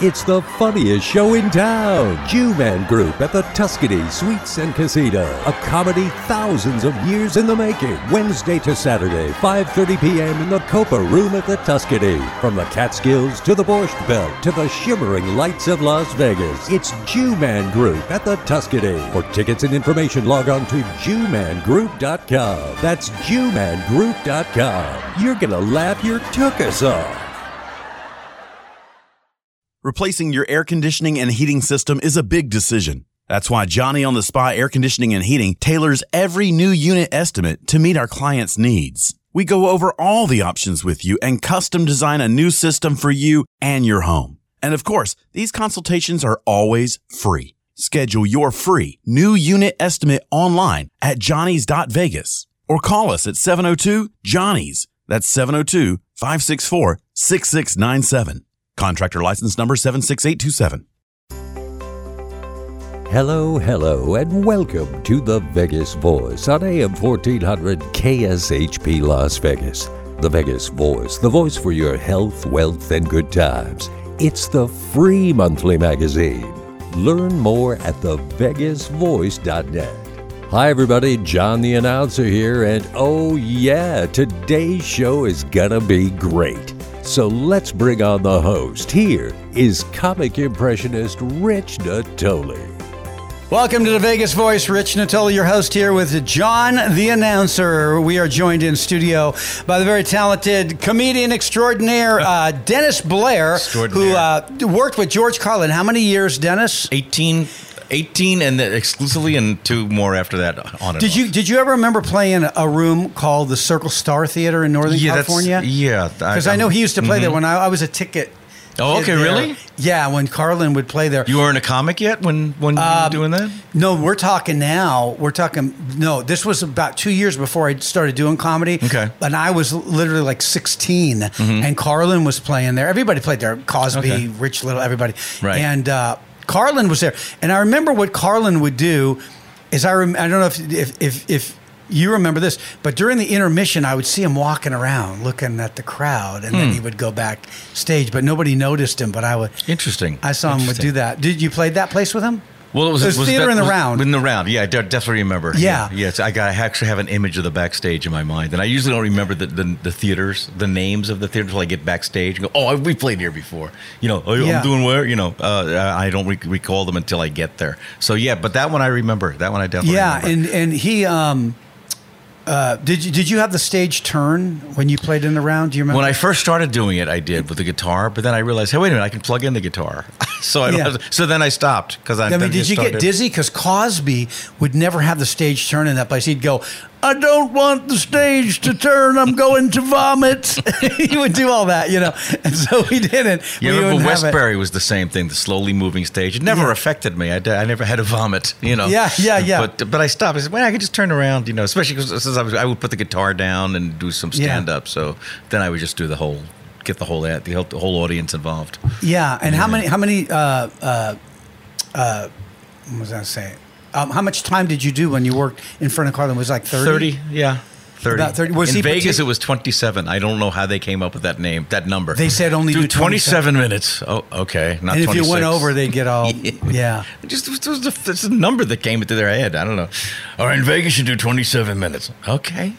It's the funniest show in town. Jew Man Group at the Tuscany Suites and Casino. A comedy thousands of years in the making. Wednesday to Saturday, 5.30 p.m. in the Copa Room at the Tuscany. From the Catskills to the Borscht Belt to the shimmering lights of Las Vegas. It's Jew Man Group at the Tuscany. For tickets and information, log on to JewmanGroup.com. That's JewmanGroup.com. You're gonna laugh your tuchus off. Replacing your air conditioning and heating system is a big decision. That's why Johnny on the Spot Air Conditioning and Heating tailors every new unit estimate to meet our clients' needs. We go over all the options with you and custom design a new system for you and your home. And of course, these consultations are always free. Schedule your free new unit estimate online at johnny's.vegas or call us at 702 Johnny's. That's 702 564 6697. Contractor license number 76827. Hello, hello, and welcome to the Vegas Voice on AM 1400 KSHP Las Vegas. The Vegas Voice, the voice for your health, wealth, and good times. It's the free monthly magazine. Learn more at thevegasvoice.net. Hi, everybody, John the Announcer here, and oh, yeah, today's show is gonna be great. So let's bring on the host. Here is comic impressionist Rich Natoli. Welcome to the Vegas Voice. Rich Natoli, your host here with John the Announcer. We are joined in studio by the very talented comedian extraordinaire, uh, Dennis Blair, who uh, worked with George Carlin. How many years, Dennis? 18, 18 and then exclusively and two more after that on and Did off. you did you ever remember playing a room called the Circle Star Theater in Northern yeah, that's- California? Yeah. Mm-hmm. Because I, know he used to play there when I, I was a ticket. Oh, kid okay, there. really? Yeah, when Carlin would play there. You weren't a comic yet when, when you Um, were doing that? No, we're talking now. We're talking. No, this was about two years before I started doing comedy. Okay. Mm-hmm. and I was literally like 16, and Carlin was playing there. Everybody played there. Cosby, Okay. Rich Little, everybody. Right. And uh, Carlin was there, and I remember what Carlin would do. Is I rem- I don't know if if if. if you remember this, but during the intermission, I would see him walking around looking at the crowd, and Hmm. then he would go backstage, but nobody noticed him. But I would, Interesting. I saw him would do that. Did you play that place with him? Well, it was, It was theater that- in the was- round. In the round, yeah, I de- definitely remember. Yeah. yes, I got. I actually have an image of the backstage in my mind, and I usually don't remember the, the, the theaters, the names of the theater until I get backstage and go, "Oh, I, we played here before." You know, oh, Yeah. I'm doing where? You know, uh, I don't rec- recall them until I get there. So yeah, but that one I remember. That one I definitely. Yeah, remember. and and he um, uh, did you did you have the stage turn when you played in the round? Do you remember? When I first started doing it, I did with the guitar, but then I realized, hey, wait a minute, I can plug in the guitar. so I don't Yeah. have to- so then I stopped because I. I mean, then did you get started- dizzy? Because Cosby would never have the stage turn in that place. He'd go, "I don't want the stage to turn. I'm going to vomit." he would do all that, you know. And so we didn't. Yeah, we but wouldn't have it. Westbury was the same thing. The slowly moving stage. It never affected me. I, d- I never had a vomit. You know. Yeah, yeah, yeah. But but I stopped. I said, well, I could just turn around. You know, especially because since I was, I would put the guitar down and do some Yeah. stand up. So then I would just do the whole, get the whole ad- the whole, the whole audience involved. Yeah, and how many? How many? Uh, uh, uh, what was I saying? Um, how much time did you do when you worked in front of Carlin? Was it like thirty? yeah. 30. About 30. Was In he Vegas, partic- it was 27. I don't know how they came up with that name, that number. They said only do 27 minutes. Oh, okay. Not And if you went 26. over, they'd get all yeah. Just it was a, it's a number that came into their head. I don't know. All right, in Vegas, you do 27 minutes. Okay.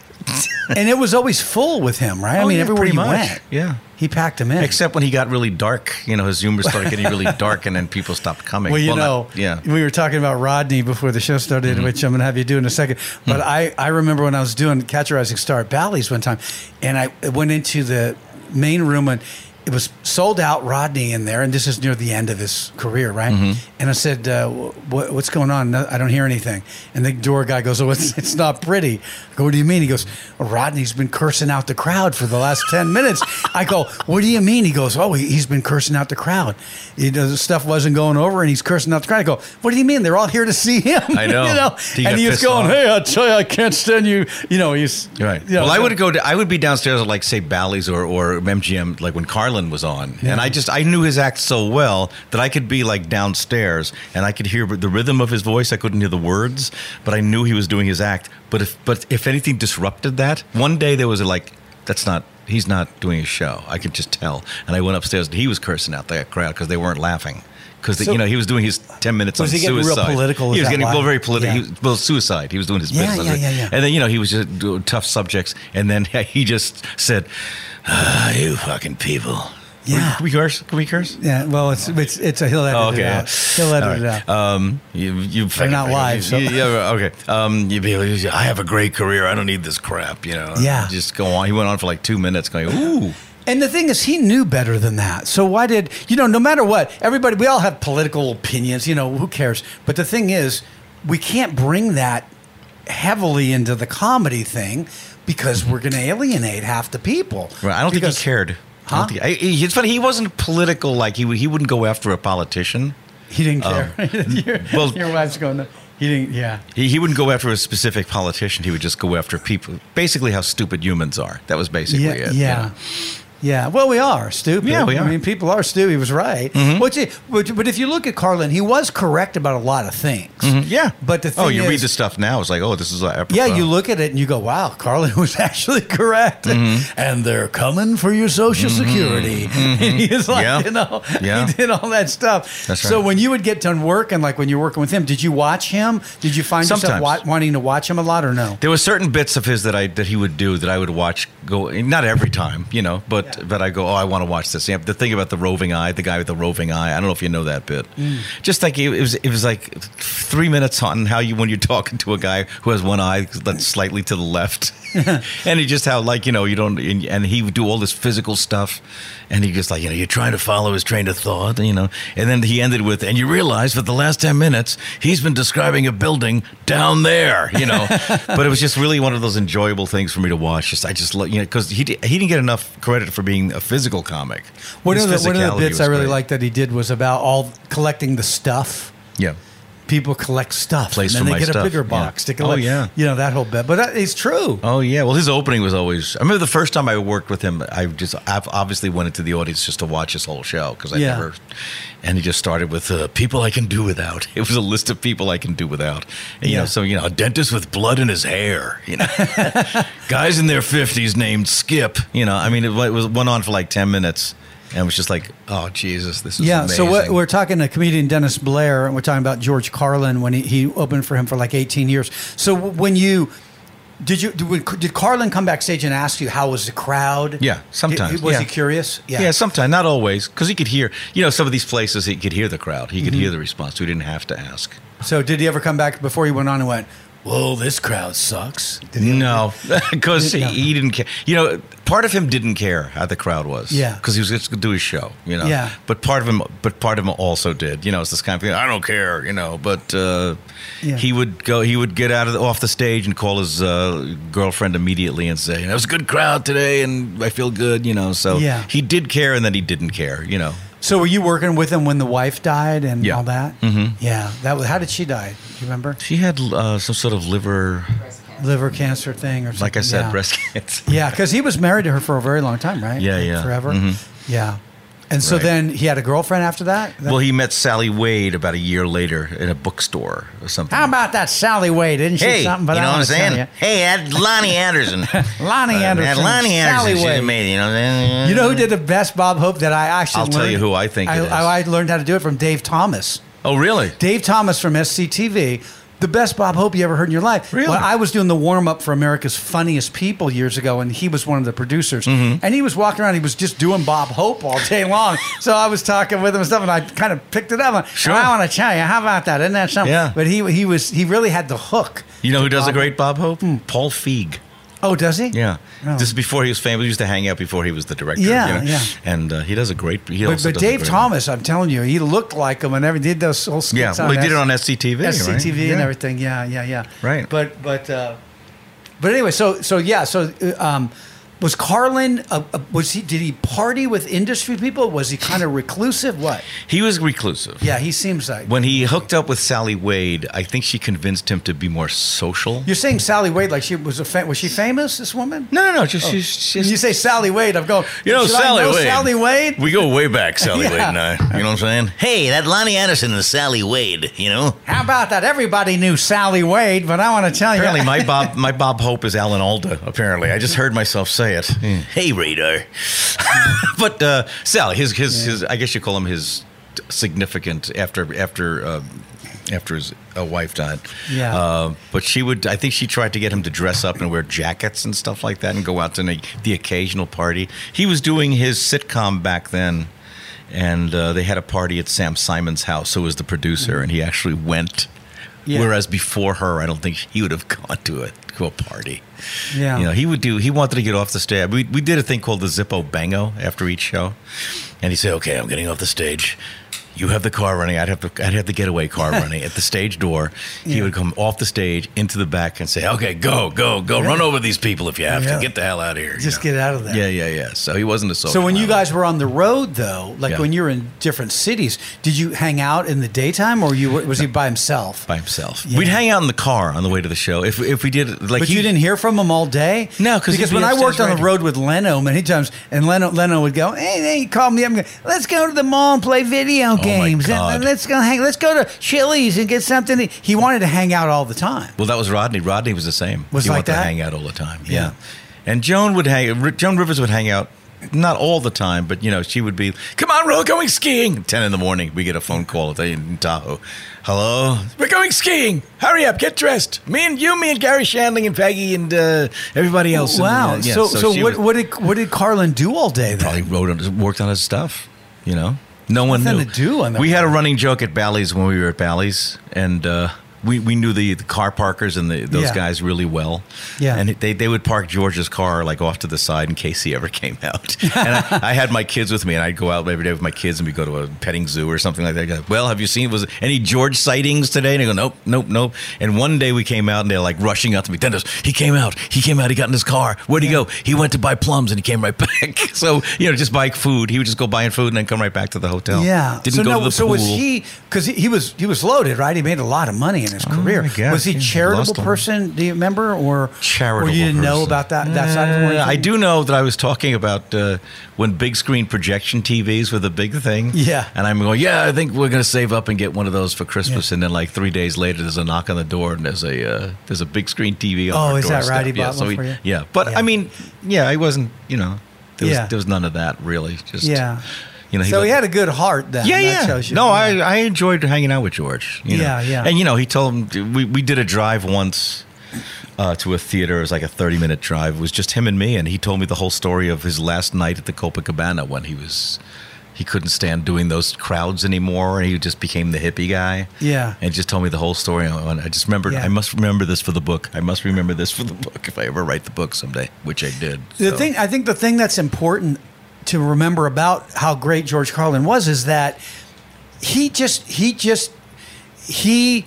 and it was always full with him, right? I Oh, mean, yeah, everywhere pretty you much. went, Yeah. he packed him in. Except when he got really dark, you know, his humor started getting really dark, and then people stopped coming. well, you know, not- yeah. we were talking about Rodney before the show started, which I'm going to have you do in a second. But I, I remember when I was doing Catch a Rising Star at Bally's one time, and I went into the main room and it was sold out Rodney in there, and this is near the end of his career, right? And I said, uh, what, "What's going on? No, I don't hear anything." And the door guy goes, "Oh, it's, it's not pretty." I go, "What do you mean?" He goes, "Well, "Rodney's been cursing out the crowd for the last ten minutes." I go, "What do you mean?" He goes, "Oh, he, he's been cursing out the crowd. You know, the stuff wasn't going over, and he's cursing out the crowd." I go, "What do you mean? They're all here to see him." I know. you know? He got and he was pissed going, off. "Hey, I tell you, I can't stand you." You know, he's Right. you know, well, I so- would go. To, I would be downstairs at like say Bally's or or MGM, like when Carlin was on, and I just I knew his act so well that I could be like downstairs and I could hear the rhythm of his voice. I couldn't hear the words, but I knew he was doing his act. But if but if anything disrupted that, one day there was like that's not he's not doing a show. I could just tell. And I went upstairs and he was cursing out that crowd because they weren't laughing. Because So- you know he was doing his ten minutes Was on he getting real suicide. political? Is He was that getting why? well, very political. Yeah. He was, well, suicide. He was doing his Yeah, business. yeah, yeah, yeah. And then you know he was just doing tough subjects. And then he just said, ah, "You fucking people." Yeah. Can we curse? Can we curse? Yeah, well, it's it's it's a he'll edit Oh, okay. it out. He'll edit it out. Um, you, you fucking- not live, so- you- yeah, okay. Um, you be like, I have a great career. I don't need this crap. You know. Yeah. Just go on. He went on for like two minutes, going, "Ooh, And the thing is, he knew better than that. So why did you know? No matter what, everybody we all have political opinions. You know, who cares? But the thing is, we can't bring that heavily into the comedy thing because we're going to alienate half the people. Right. I don't think Because he cared. I Huh? don't think- I- I- it's funny. He wasn't political. Like he w- he wouldn't go after a politician. He didn't care. your, Um, well- your wife's going. "No." He didn't. Yeah. He, he wouldn't go after a specific politician. He would just go after people. Basically, how stupid humans are. That was basically Yeah, it. you yeah. know. Yeah, well, we are stupid. Yeah, we are. Mm-hmm. I mean, people are stupid. He was right. Which is- but, but if you look at Carlin, he was correct about a lot of things. Yeah. But the thing oh, you read is- the stuff now. It's like, oh, this is like Yeah, you look at it and you go, "Wow, Carlin was actually correct." And they're coming for your Social Security. And he's like, Yeah. you know, Yeah. he did all that stuff. That's So right. when you would get done working, like when you're working with him, did you watch him? Did you find yourself Sometimes. wa- wanting to watch him a lot or no? There were certain bits of his that I that he would do that I would watch go not every time, you know, but but I go, oh, I want to watch this. Yeah, the thing about the roving eye, the guy with the roving eye. I don't know if you know that bit. Mm. Just like it, it was, it was like three minutes on how you when you're talking to a guy who has one eye that's slightly to the left, and he just how like you know you don't and, and he would do all this physical stuff, and he just like you know you're trying to follow his train of thought, you know, and then he ended with and you realize for the last ten minutes he's been describing a building down there, you know, but it was just really one of those enjoyable things for me to watch. Just I just lo- you know because he di- he didn't get enough credit for being a physical comic. One His of, the, one of physicality the bits was I really great. liked that he did was about all collecting the stuff. Yeah. people collect stuff Place and then for they my get a stuff, bigger yeah. box to Oh, collect. yeah. you know that whole bit. But that, it's true. Oh yeah, well his opening was always. I remember the first time I worked with him, I just I obviously went into the audience just to watch his whole show because I Yeah. never. And he just started with uh, people I can do without. It was a list of people I can do without. And, you Yeah. know, so you know, a dentist with blood in his hair. You know, guys in their fifties named Skip. You know, I mean, it, wa- it was went on for like ten minutes, and it was just like, oh Jesus, this is yeah. So what, amazing. we're talking to comedian Dennis Blair, and we're talking about George Carlin when he, he opened for him for like 18 years. So w- when you did you did, did Carlin come backstage and ask you how was the crowd? Yeah, sometimes, Did- was yeah. he curious? Yeah, sometimes, not always, because he could hear, you know, some of these places, he could hear the crowd. He could Mm-hmm. hear the response. We didn't have to ask. So did he ever come back before he went on and went? Whoa, this crowd sucks. Did he- No, because he, Yeah. he didn't care. You know, part of him didn't care how the crowd was. Yeah. because he was just going to do his show. You know. Yeah. But part of him, but part of him also did. You know, it's this kind of thing. I don't care. You know, but uh, Yeah. he would go. He would get out of the, off the stage and call his uh, girlfriend immediately and say, "It was a good crowd today, and I feel good." You know, so Yeah. he did care, and then he didn't care. You know. So were you working with him when the wife died and Yeah. all that? Mm-hmm. Yeah. That was. How did she die? Do you remember? She had uh, some sort of liver, Liver cancer thing or something. like I said, yeah. breast cancer. Yeah, because he was married to her for a very long time, right? Yeah, yeah. Mm-hmm. Forever. Yeah. And so Right. then he had a girlfriend after that? Well, he met Sally Wade about a year later in a bookstore or something. How about that Sally Wade? Didn't she Hey, something? But you know I what I'm don't saying? tell Hey, that Lonnie Anderson. Uh, ya. Lonnie That Anderson. Lonnie Sally Anderson. She's Wade. amazing. You know, what I'm saying? You know who did the best Bob Hope that I actually I'll tell learned? you who I think it I, is. I, I learned how to do it from Dave Thomas. Oh, really? Dave Thomas from SCTV, the best Bob Hope you ever heard in your life. Really? When I was doing the warm up for America's Funniest People years ago, and he was one of the producers, Mm-hmm. and he was walking around, he was just doing Bob Hope all day long. so I was talking with him and stuff, and I kind of picked it up. and Sure. I want to tell you, how about that? Isn't that something? Yeah. But he he was he really had the hook. You know who does Bob- a great Bob Hope? Paul Feig. Oh, does he? Yeah. Oh. This is before he was famous. We used to hang out before he was the director. Yeah, you know? yeah. And uh, he does a great. He But, also but does a Dave great- Thomas, I'm telling you, he looked like him and everything. Did those whole skits Yeah, on well, he did it S- on SCTV. right? SCTV Yeah. and everything. Yeah, yeah, yeah. Right. But but uh, but anyway, so so yeah, so uh, um, was Carlin? Uh, uh, was he? Did he party with industry people? Was he kind of reclusive? What? He was reclusive. Yeah, he seems like. When he hooked up with Sally Wade, I think she convinced him to be more social. You're saying Sally Wade like she was a fa- was she famous? This woman. no, no, no. Just, she's When she's, you say Sally Wade, I'm going. You know, should I Sally know Wade. Sally Wade. We go way back, Sally Yeah. Wade and I. You know what I'm saying? Hey, that Lonnie Anderson and Sally Wade. You know. How about that? Everybody knew Sally Wade, but I want to tell you. Apparently, my Bob, my Bob Hope is Alan Alda. Apparently, I just heard myself say say it. Hey, radar. but uh, Sally, his his his. I guess you call him his significant after after. Uh, after his uh, wife died, Yeah. Uh, but she would. I think she tried to get him to dress up and wear jackets and stuff like that, and go out to the, the occasional party. He was doing his sitcom back then, and uh, they had a party at Sam Simon's house, who was the producer, and he actually went. Yeah. Whereas before her, I don't think he would have gone to a to a party. Yeah. You know, he would do. He wanted to get off the stage. We we did a thing called the Zippo Bango after each show, and he'd say, "Okay, I'm getting off the stage." You have the car running. I'd have to. I'd have the getaway car running at the stage door. He would come off the stage into the back and say, "Okay, go, go, go! Run over these people if you have Yeah. to. Get the hell out of here. you Just know? get out of there. Yeah, yeah, yeah. So he wasn't a social. So when you animal. guys were on the road, though, like Yeah. when you were in different cities, did you hang out in the daytime, or you was he by himself? by himself, Yeah. we'd hang out in the car on the way to the show. If if we did, like but he, you didn't hear from him all day. No, 'cause he'd because be when I upstairs worked on the writing. road with Leno many times, and Leno Leno would go, "Hey, hey, call me up. and go, Let's go to the mall and play video games. And Oh God. Let's go hang. Let's go to Chili's and get something." to-" He wanted to hang out all the time. Well, that was Rodney. Rodney was the same. Was he like wanted that? to hang out all the time. Yeah. Yeah. And Joan would hang. Ri- Joan Rivers would hang out, not all the time, but you know she would be. Come on, we're going skiing. Ten in the morning, we get a phone call at- in Tahoe. Hello, we're going skiing. Hurry up, get dressed. Me and you, me and Gary Shandling and Peggy and uh, everybody else. And, Wow. uh, yeah, so, so, she what, was- what did what did Carlin do all day? Then probably wrote on, worked on his stuff. You know, no one Nothing knew. to do on that we had a running joke at Bally's when we were at Bally's, and uh, we we knew the, the car parkers and the, those Yeah. guys really well. Yeah. and they they would park George's car like off to the side in case he ever came out. and I, I had my kids with me, and I'd go out every day with my kids, and we would go to a petting zoo or something like that. I'd go, well, have you seen was any George sightings today? And I go, nope, nope, nope. And one day we came out, and they're like rushing out to me. Dennis, he came out. He came out. He got in his car. Where'd he go? He went to buy plums, and he came right back. so you know, just buy food. He would just go buying food and then come right back to the hotel. Yeah. didn't so go now- to the so pool. was he because he, he was he was loaded, right? He made a lot of money in his career. God, Was he yeah, Oh, I charitable lost him. person? Do you remember or charitable. Or you didn't know person. about that that side of the Uh, world? I do know that I was talking about uh, when big screen projection TVs were the big thing. Yeah. and I'm going, yeah, I think we're going to save up and get one of those for Christmas. And then like three days later, there's a knock on the door, and there's a uh, there's a big screen TV. on Oh, our is that doorstep. right? He yeah, bought one we- for you? Yeah, but Yeah. I mean, yeah, I wasn't, you know, there was, Yeah. there was none of that really. Just Yeah. you know, So let- he had a good heart then. yeah, that yeah. Shows you. no, Yeah. I, I enjoyed hanging out with George. you know. Yeah, yeah. And you know, he told him we, we did a drive once uh, to a theater. It was like a thirty minute drive. It was just him and me, and he told me the whole story of his last night at the Copacabana when he was he couldn't stand doing those crowds anymore, and he just became the hippie guy. Yeah. and just told me the whole story. And I just remembered. Yeah. I must remember this for the book. I must remember this for the book if I ever write the book someday, which I did. The so. thing I think the thing that's important to remember about how great George Carlin was is that he just he just he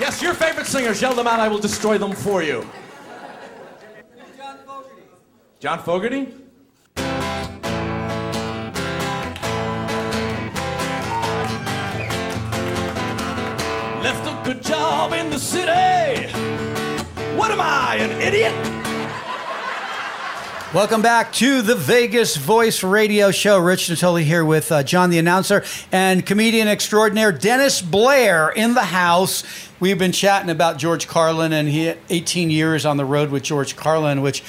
Yes, your favorite singers. Yell them out. I will destroy them for you. John Fogerty. John Fogerty? Left a good job in the city. What am I, an idiot? Welcome back to the Vegas Voice Radio Show. Rich Natoli here with uh, John the announcer and comedian extraordinaire Dennis Blair in the house. We've been chatting about George Carlin and he 18 years on the road with George Carlin, which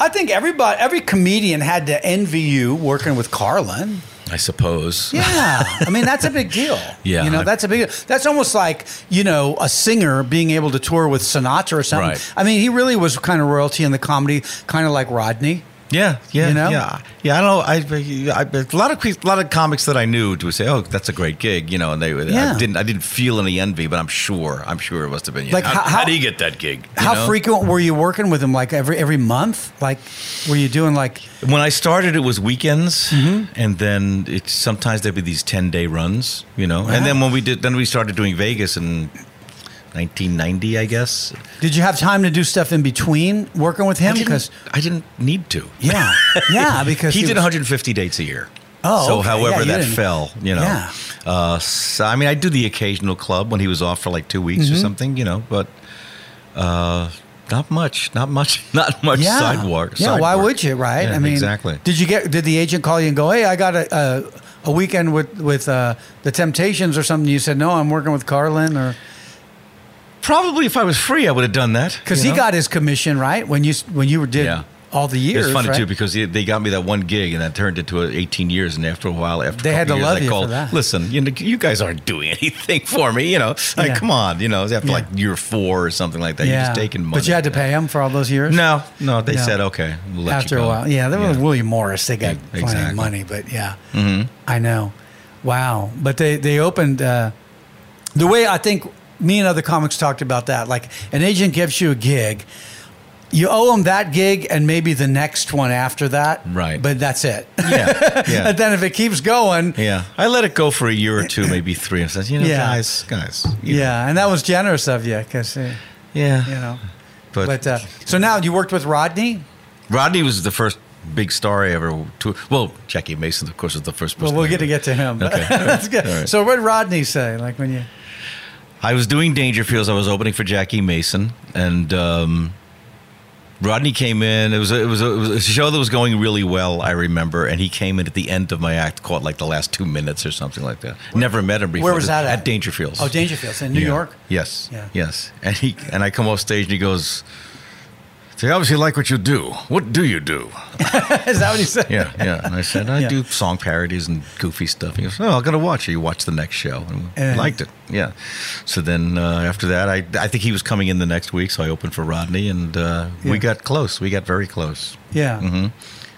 I think everybody, every comedian had to envy you working with Carlin. I suppose. Yeah, I mean that's a big deal. Yeah. you know that's a big. deal. That's almost like you know a singer being able to tour with Sinatra or something. Right. I mean, he really was kind of royalty in the comedy, kind of like Rodney. Yeah, yeah, You know? yeah, yeah. I don't know. I, I, a lot of que- a lot of comics that I knew would say, "Oh, that's a great gig," you know, and they Yeah. I didn't I didn't feel any envy, but I'm sure I'm sure it must have been. You Like, how, how- how how- do you get that gig? you How know? frequent were you working with him? Like every every month? Like were you doing like? When I started, it was weekends, Mm-hmm. and then it sometimes there'd be these ten day runs, you know. And then when we did, then we started doing Vegas in 1990, I guess. Did you have time to do stuff in between working with I him? didn't, I didn't need to. yeah, yeah, Ah, because he, did was- 150 dates a year. Oh, so okay. however Yeah, you that didn't- fell, you know. Yeah. Uh, so, I mean, I do the occasional club when he was off for like two weeks or Mm-hmm. something, you know, but uh, not much, not much, not much Yeah, sidewalk. Yeah, side why work. would you? Right? Yeah, I mean, exactly. Did you get? Did the agent call you and go, "Hey, I got a a, a weekend with with uh, the Temptations or something"? You said, "No, I'm working with Carlin," or Probably if I was free, I would have done that because you he know? got his commission right when you s- when you did Yeah. all the years. It's funny right? too because they- they got me that one gig and that turned into a 18 years. And after a while, after a They had couple to years, love I you for called, that. Listen, you, know, you guys aren't doing anything for me. You know, like Yeah. come on. You know, after Yeah. like year four or something like that, you're just taking money. But you had to pay him for all those years. No, no, they No. said okay. We'll let after you a go. while. Yeah, there was William Morris. They got Yeah, plenty of exactly. Mm-hmm. money, but yeah, I know. Wow, but they they opened uh, the way I think me and other comics talked about that. Like an agent gives you a gig, you owe them that gig and maybe the next one after that. Right. but that's it. yeah, yeah. and then if it keeps going, yeah, yeah. I let it go for a year or two, maybe three. And says, you know, Yeah. guys, guys, you know, and that was generous of you because uh, yeah, you know. But, But uh, so now you worked with Rodney. Rodney was the first big star I ever. To, well, Jackie Mason, of course, was the first. Well, person we'll I get to ever- get to him. Okay. that's good. All right. So what did Rodney say? Like when you. I was doing Dangerfields. I was opening for Jackie Mason, and um, Rodney came in. It was a, it was a, it was a show that was going really well. I remember, and he came in at the end of my act, caught like the last two minutes or something like that. Never met him before. Where was that at? At Dangerfields. Oh, Dangerfields in New Yeah. York. Yes. Yeah. Yes. And he and I come off stage and he goes. They obviously like what you do. What do you do? Is that what you said? Yeah, yeah. And I said, I Yeah. do song parodies and goofy stuff. He goes, Oh, I'm gonna watch it. You watch the next show, and And- liked it. Yeah. So then uh, after that, I I think he was coming in the next week, so I opened for Rodney, and uh, Yeah. we got close. We got very close. Yeah.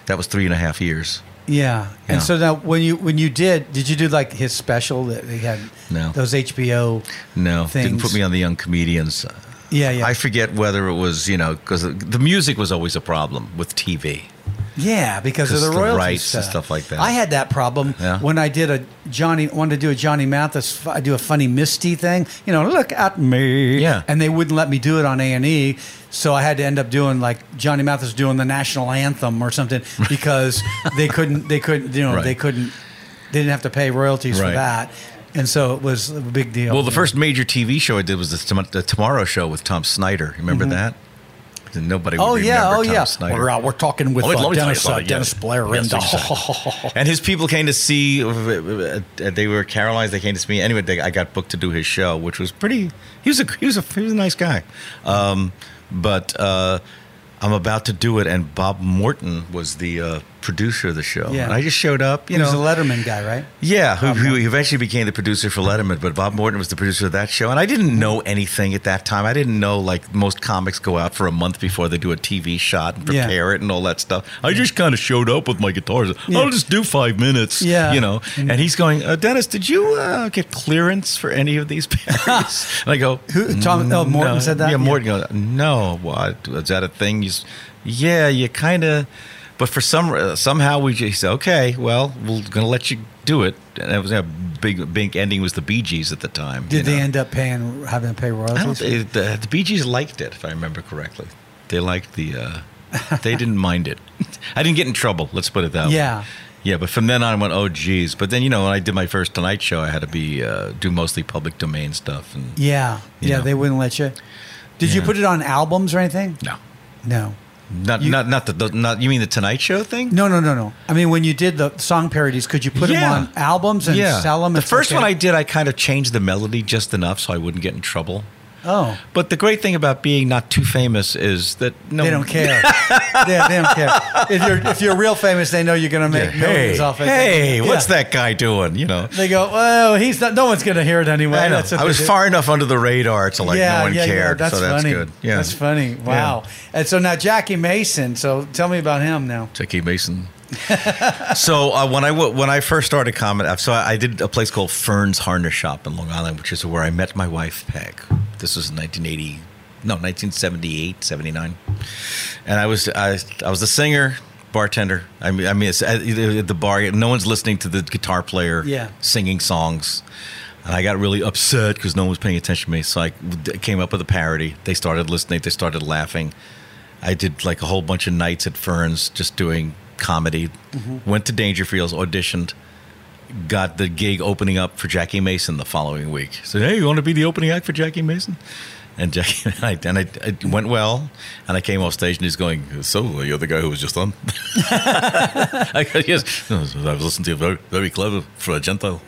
That was three and a half years. Yeah. And Mm-hmm. Yeah. so now when you when you did, did you do like his special that he had No. those HBO No, things? didn't put me on the young comedians. Yeah, yeah. I forget whether it was you know because the music was always a problem with TV. Yeah, because of 'Cause the the royalties rights and stuff like that. I had that problem Yeah. when I did a Johnny wanted to do a Johnny Mathis. I do a funny Misty thing, you know, look at me. Yeah. and they wouldn't let me do it on A and E, so I had to end up doing like Johnny Mathis doing the national anthem or something because they couldn't. They couldn't. You know, Right. they couldn't. They didn't have to pay royalties for Right. that, and so it was a big deal. Well, you the know. first major TV show I did was the, Tom- the Tomorrow Show with Tom Snyder. Remember that? Nobody. Mm-hmm. Would Oh yeah! remember Oh Tom yeah! Snyder. We're, uh, we're talking with Let me- uh, let me tell you Dennis, uh, about it, yes. Dennis Blair Yes, and uh, exactly. And his people came to see. uh, They were Carolines. They came to see me. Anyway, they, I got booked to do his show, which was pretty. He was a he was a he was a nice guy, um, but uh, I'm about to do it, and Bob Morton was the uh, producer of the show, Yeah. and I just showed up. You he know, was a Letterman guy, right? yeah, who, who eventually became the producer for Letterman, but Bob Morton was the producer of that show. And I didn't know anything at that time. I didn't know, like, most comics go out for a month before they do a TV shot and Yeah. prepare it and all that stuff. I just kind of showed up with my guitars. I'll just do five minutes. Yeah. Mm-hmm. You know, and he's going, uh, Dennis, did you uh, get clearance for any of these parodies? and I go, Who- Tom- oh, Morton "No." said that? Yeah, Yeah. Morton goes, no, what? Is that a thing? You, s- yeah, you kind of, but for some, uh, somehow we just said, okay, well, we're going to let you do it. And that was a big, big ending was the Bee Gees at the time. Did you they know. end up paying having to pay I don't, royalties? thi- the, the Bee Gees liked it, if I remember correctly. They liked the, uh, they didn't mind it. I didn't get in trouble. Let's put it that way. Yeah. Yeah, but from then on, I went, oh, geez. But then, you know, when I did my first Tonight Show, I had to be, uh, do mostly public domain stuff. And Yeah, You yeah, know. they wouldn't let you. Did you Yeah. put it on albums or anything? no. No, Not, not, not the, the, not, you mean the Tonight Show thing? no, no, no, no. I mean, when you did the song parodies, could you put Yeah. them on albums and sell them? The first one I did, I kind of changed the melody just enough so I wouldn't get in trouble. oh, But the great thing about being not too famous is that no they don't care. yeah, they don't care. If you're if you're real famous, they know you're gonna Yeah, make hey, millions off it. hey, Yeah. what's that guy doing? You know, They go, well, he's not. No one's gonna hear it anyway. I, know. That's what I they was do. far enough under the radar to like no one cared. that's so that's funny. good. Yeah, That's funny. Wow. And so now Jackie Mason. So tell me about him now. Jackie Mason. so uh, when I w- when I first started comedy, so I, I did a place called Fern's Harness Shop in Long Island, which is where I met my wife Peg. This was in 1980, no 1978, 79, and I was I, I was the singer. Bartender, I mean, I mean, it's at, at the bar. No one's listening to the guitar player Yeah. singing songs, and I got really upset because no one was paying attention to me. So I d- came up with a parody. They started listening. They started laughing. I did like a whole bunch of nights at Ferns just doing comedy. Went to Dangerfields, auditioned, got the gig opening up for Jackie Mason the following week. Said, "Hey, you want to be the opening act for Jackie Mason?" And Jackie and I, and I it went well, and I came off stage and he's going, "So you're the guy who was just on?" I go, "Yes, I was listening to you, very, very clever for a Gentile,"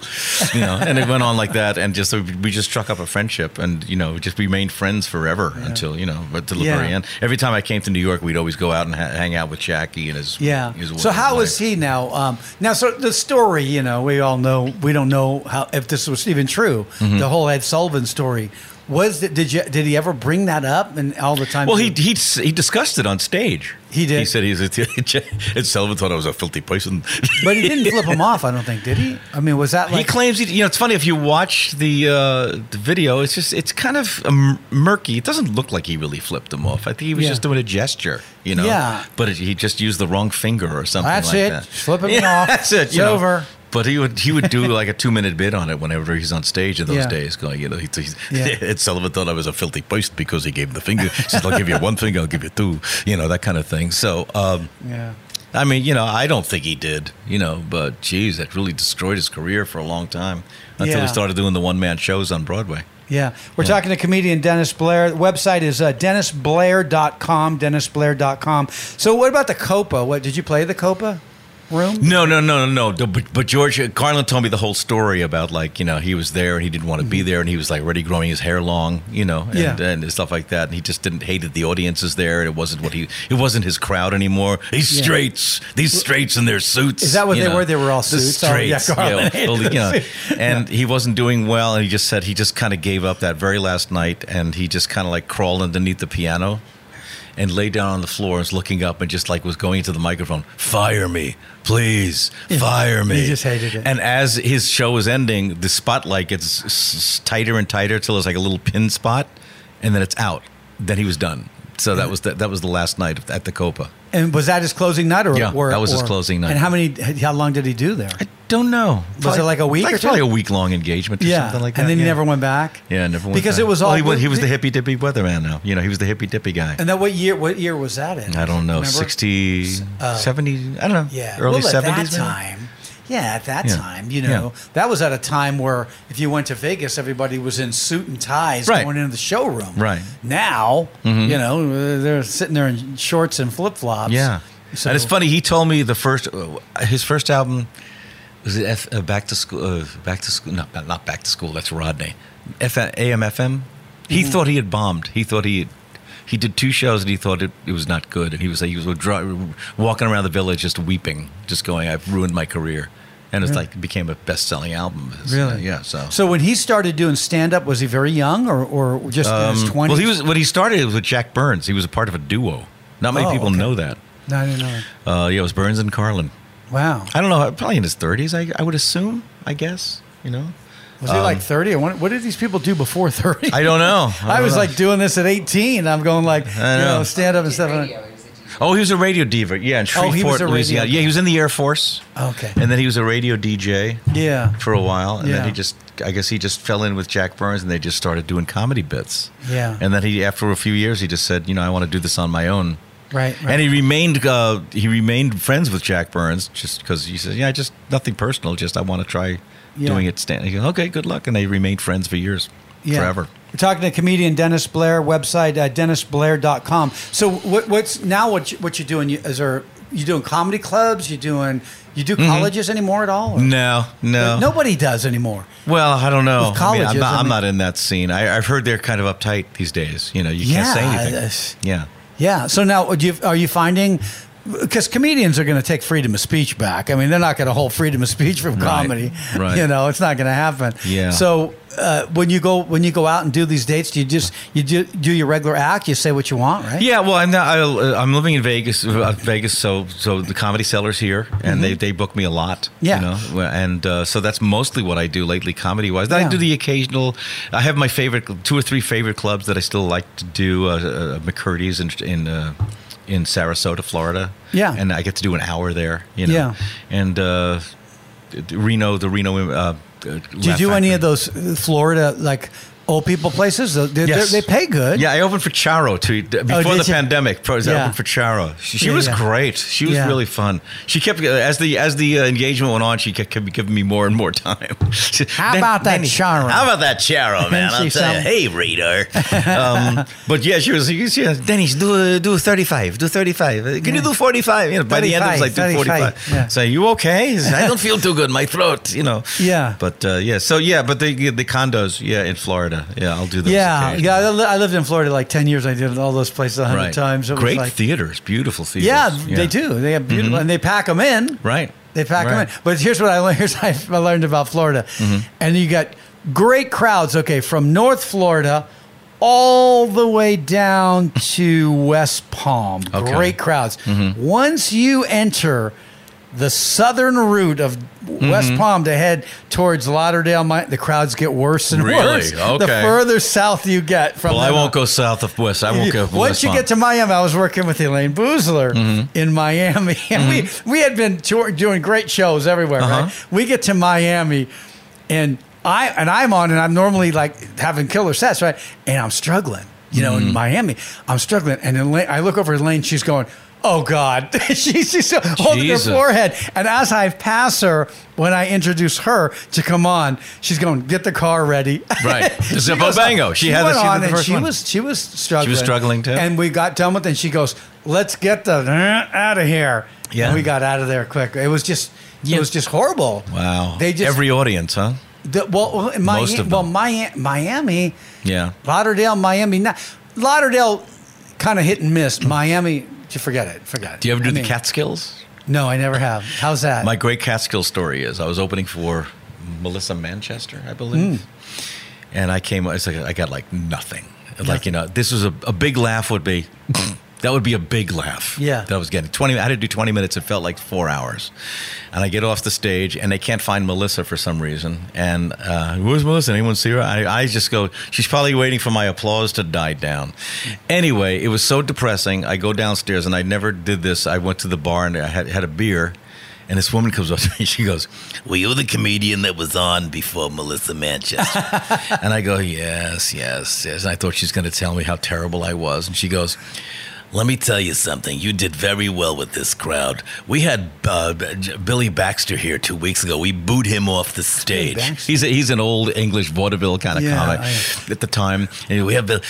you know. And it went on like that, and just we just struck up a friendship, and you know, just remained friends forever until you know, but to the Yeah. very end. Every time I came to New York, we'd always go out and ha- hang out with Jackie and his Yeah. His So how is wife. he now? Um, now, so the story, you know, we all know. We don't know how if this was even true. Mm-hmm. The whole Ed Sullivan story was that. Did you did he ever bring that up? And all the time. Well, he he he discussed it on stage. He did. He said he's a. and Sullivan thought I was a filthy person. but he didn't flip him off. I don't think did he? I mean, was that he like? claims he. You know, it's funny if you watch the uh, the video. It's just it's kind of um, murky. It doesn't look like he really flipped him off. I think he was Yeah. just doing a gesture. You know. Yeah. But it, he just used the wrong finger or something. That's like it. That. Flipping me off. That's it. It's you know. over. But he would he would do like a two minute bit on it whenever he's on stage in those Yeah. days, going you know he, he's, Yeah. Ed Sullivan thought I was a filthy person because he gave him the finger. He says I'll give you one finger, I'll give you two, you know that kind of thing. So um, yeah. I mean, you know, I don't think he did, you know, but geez, that really destroyed his career for a long time until Yeah. he started doing the one man shows on Broadway. Yeah. We're talking to comedian Dennis Blair. The website is uh, dennisblair.com, dennisblair.com. So what about the Copa? What did you play the Copa room? No, no, no, no, no. But, but George Carlin told me the whole story about like you know he was there and he didn't want to be there and he was like already growing his hair long, you know, and, Mm-hmm. Yeah. and stuff like that. And he just didn't hated the audiences there. and It wasn't what he it wasn't his crowd anymore. These straights, these straights in their suits. Is that what you they know. were? They were all The suits? Oh, yeah, straights. Carlin yeah, hated well, you the know. suit. And he wasn't doing well, and he just said he just kind of gave up that very last night, and he just kind of like crawled underneath the piano and lay down on the floor and was looking up and just like was going into the microphone, fire me, please, fire me. He just hated it. And as his show was ending, the spotlight gets s- s- tighter and tighter till it's like a little pin spot, and then it's out. then he was done. So that was the, that was the last night of- at the Copa. And was that his closing night, or Yeah, or- that was his or- closing night. And how many? How long did he do there? I don't know. Was it like a week Like or two? probably a week long engagement or something like that. and then he yeah. never went back. Yeah, never went because back. it was all. Well, he, was, he was the hippy dippy weatherman now. You know, he was the hippy dippy guy. And that what year? What year was that in? I don't know, Remember? Uh, sixty, seventy. 60, 70, I don't know. Yeah, Early well, at 70s. that maybe? time. Yeah, at that Yeah. time, you know, Yeah. that was at a time where if you went to Vegas, everybody was in suit and ties Right. going into the showroom. Right. Mm-hmm. now, you know, uh, they're sitting there in shorts and flip flops. Yeah. So- and it's funny. He told me the first, uh, his first album was it F, uh, Back to School. Uh, back to School. No, not- not Back to School. That's Rodney. F, AMFM. He Mm-hmm. thought he had bombed. He thought he had, he did two shows and he thought it, it was not good. And he was like, he was dri- walking around the village just weeping, just going, I've ruined my career. And it's like, it became a best selling album. It's, uh, Really? yeah. So, So when he started doing stand up, was he very young or, or just in his 20s? Um, well, he was, when he started, it was with Jack Burns. He was a part of a duo. Not many Oh, people okay. know that. No, I didn't know. Uh, yeah, it was Burns and Carlin. Wow. I don't know, probably in his 30s, I, I would assume, I guess, you know? Was Um, he like 30? Or what, what did these people do before 30? I don't know. I, don't was know. like doing this at 18. I'm going like, you know, know. stand up and stuff. oh, he was a radio diva. Yeah, in Oh, Shreveport, he was a radio Louisiana. diva. Yeah, he was in the Air Force. Okay. And then he was a radio DJ Yeah. for a while. And Yeah. then he just, I guess he just fell in with Jack Burns and they just started doing comedy bits. Yeah. And then he, after a few years, he just said, you know, I want to do this on my own. Right. right. And he remained uh, he remained friends with Jack Burns just because he said, "Yeah, just nothing personal. Just I want to try Yeah. doing it." Stand- he goes, okay, good luck, and they remained friends for years, Yeah. forever. We're talking to comedian Dennis Blair, website uh, dennisblair.com. So what, what's now what you, what you're doing? You, is there you doing comedy clubs? You doing you do colleges anymore at all? Or- No, Mm-hmm. no, Nobody does anymore. Well, I don't know. With I colleges, am not, I I'm mean- not in that scene. I, I've heard they're kind of uptight these days. You know, you can't Yeah, uh, say that's- anything. Yeah. Yeah. So now, would you, are you finding? Because comedians are going to take freedom of speech back. I mean, they're not going to hold freedom of speech from comedy. right. You know, it's not going to happen. Yeah. So uh, when you go when you go out and do these dates, do you just you do do your regular act? You say what you want, right? Yeah, well, I'm not, I, uh, I'm living in Vegas, uh, Vegas. So, so the comedy sellers here, and they, they book me a lot. Mm-hmm. Yeah. you know, and uh, so that's mostly what I do lately, comedy wise. Then Yeah. I do the occasional. I have my favorite two or three favorite clubs that I still like to do. Uh, uh, McCurdy's in in uh, in Sarasota, Florida. Yeah. and I get to do an hour there. You know, Yeah. and uh, Reno, the Reno. Uh, do Do you do any of those uh, Florida like old people places? They- They, Yes. they pay good. Oh, Yeah, I opened for Charo to before did the you? pandemic. pro- I Yeah. opened for Charo. She, she Yeah, was yeah. great. She was Yeah. really fun. She kept as the as the uh, engagement went on. She kept, kept giving me more and more time. How about that Charo? How about that Charo, man? I'll tell She you. sound- Hey, reader. um, but yeah, she was. She was yeah, Dennis, do uh, do thirty five. Do thirty five. Can you do forty five? You know, by the end it was like 35, do forty five. 35, yeah. So you okay? He says, I don't feel too good. My throat. You know. Yeah. But uh, yeah. So yeah. But the the condos. Yeah, in Florida. Yeah, I'll do those. Yeah, occasionally. yeah. I li- I lived in Florida like ten years. I did all those places a hundred times. It was Great like- theaters, beautiful theaters. Yeah, they do. They have beautiful, and they pack them in. Right. They pack Right. Mm-hmm. them in. But here's what I learned. Here's what I learned about Florida, and you got great crowds. Okay, from North Florida. All the way down to West Palm. Okay. Mm-hmm. Great crowds. Once you enter the southern route of Mm-hmm. West Palm to head towards Lauderdale, my, the crowds get worse and Really? worse. The Okay. further south you get from Well, I them. won't go south of West. I won't go. Once you get to Miami, I was working with Elaine Boozler Mm-hmm. in Miami, and we we had been tour- doing great shows everywhere. Uh-huh. Right? We get to Miami, and I and I'm on, and I'm normally like having killer sets, right? And I'm struggling, you know, Mm-hmm. in Miami, I'm struggling, and then Elaine, I look over at Elaine, she's going. Oh God, she's just holding Jesus. her forehead. And as I pass her, when I introduce her to come on, she's going, "Get the car ready." Right. She Zippo goes- Bango. She had the- went she did on the and first she one. was she was struggling. struggling, too? And we got done with it. And she goes, "Let's get the out of here." Yeah. And we got out of there quick. It was just it was just horrible. Wow. They just every audience, huh? the, well in Miami, Most of them. well Mi- Miami, Yeah. Lauderdale, Miami. Not, Lauderdale, kind of hit and miss. Miami, you forget it. Forget it. Do you ever do I the mean, Catskills? No, I never have. How's that? My great Catskill story is I was opening for Melissa Manchester, I believe, Hmm. and I came. It's like I got like nothing. Like you know, this was a, a big laugh would be. That would be a big laugh. Yeah. That I was getting 20. I had to do 20 minutes. It felt like four hours. And I get off the stage and they can't find Melissa for some reason. And uh, where's Melissa? Anyone see her? I, I just go, she's probably waiting for my applause to die down. Anyway, it was so depressing. I go downstairs and I never did this. I went to the bar and I had, had a beer. And this woman comes up to me. She goes, "Were you the comedian that was on before Melissa Manchester?" and I go, "Yes, yes, yes." And I thought she's going to tell me how terrible I was. And she goes, "Let me tell you something. You did very well with this crowd. We had uh, J- Billy Baxter here two weeks ago. We booed him off the stage. Baxter. He's a, he's an old English vaudeville kind of Yeah, comic I- at the time. And we have the,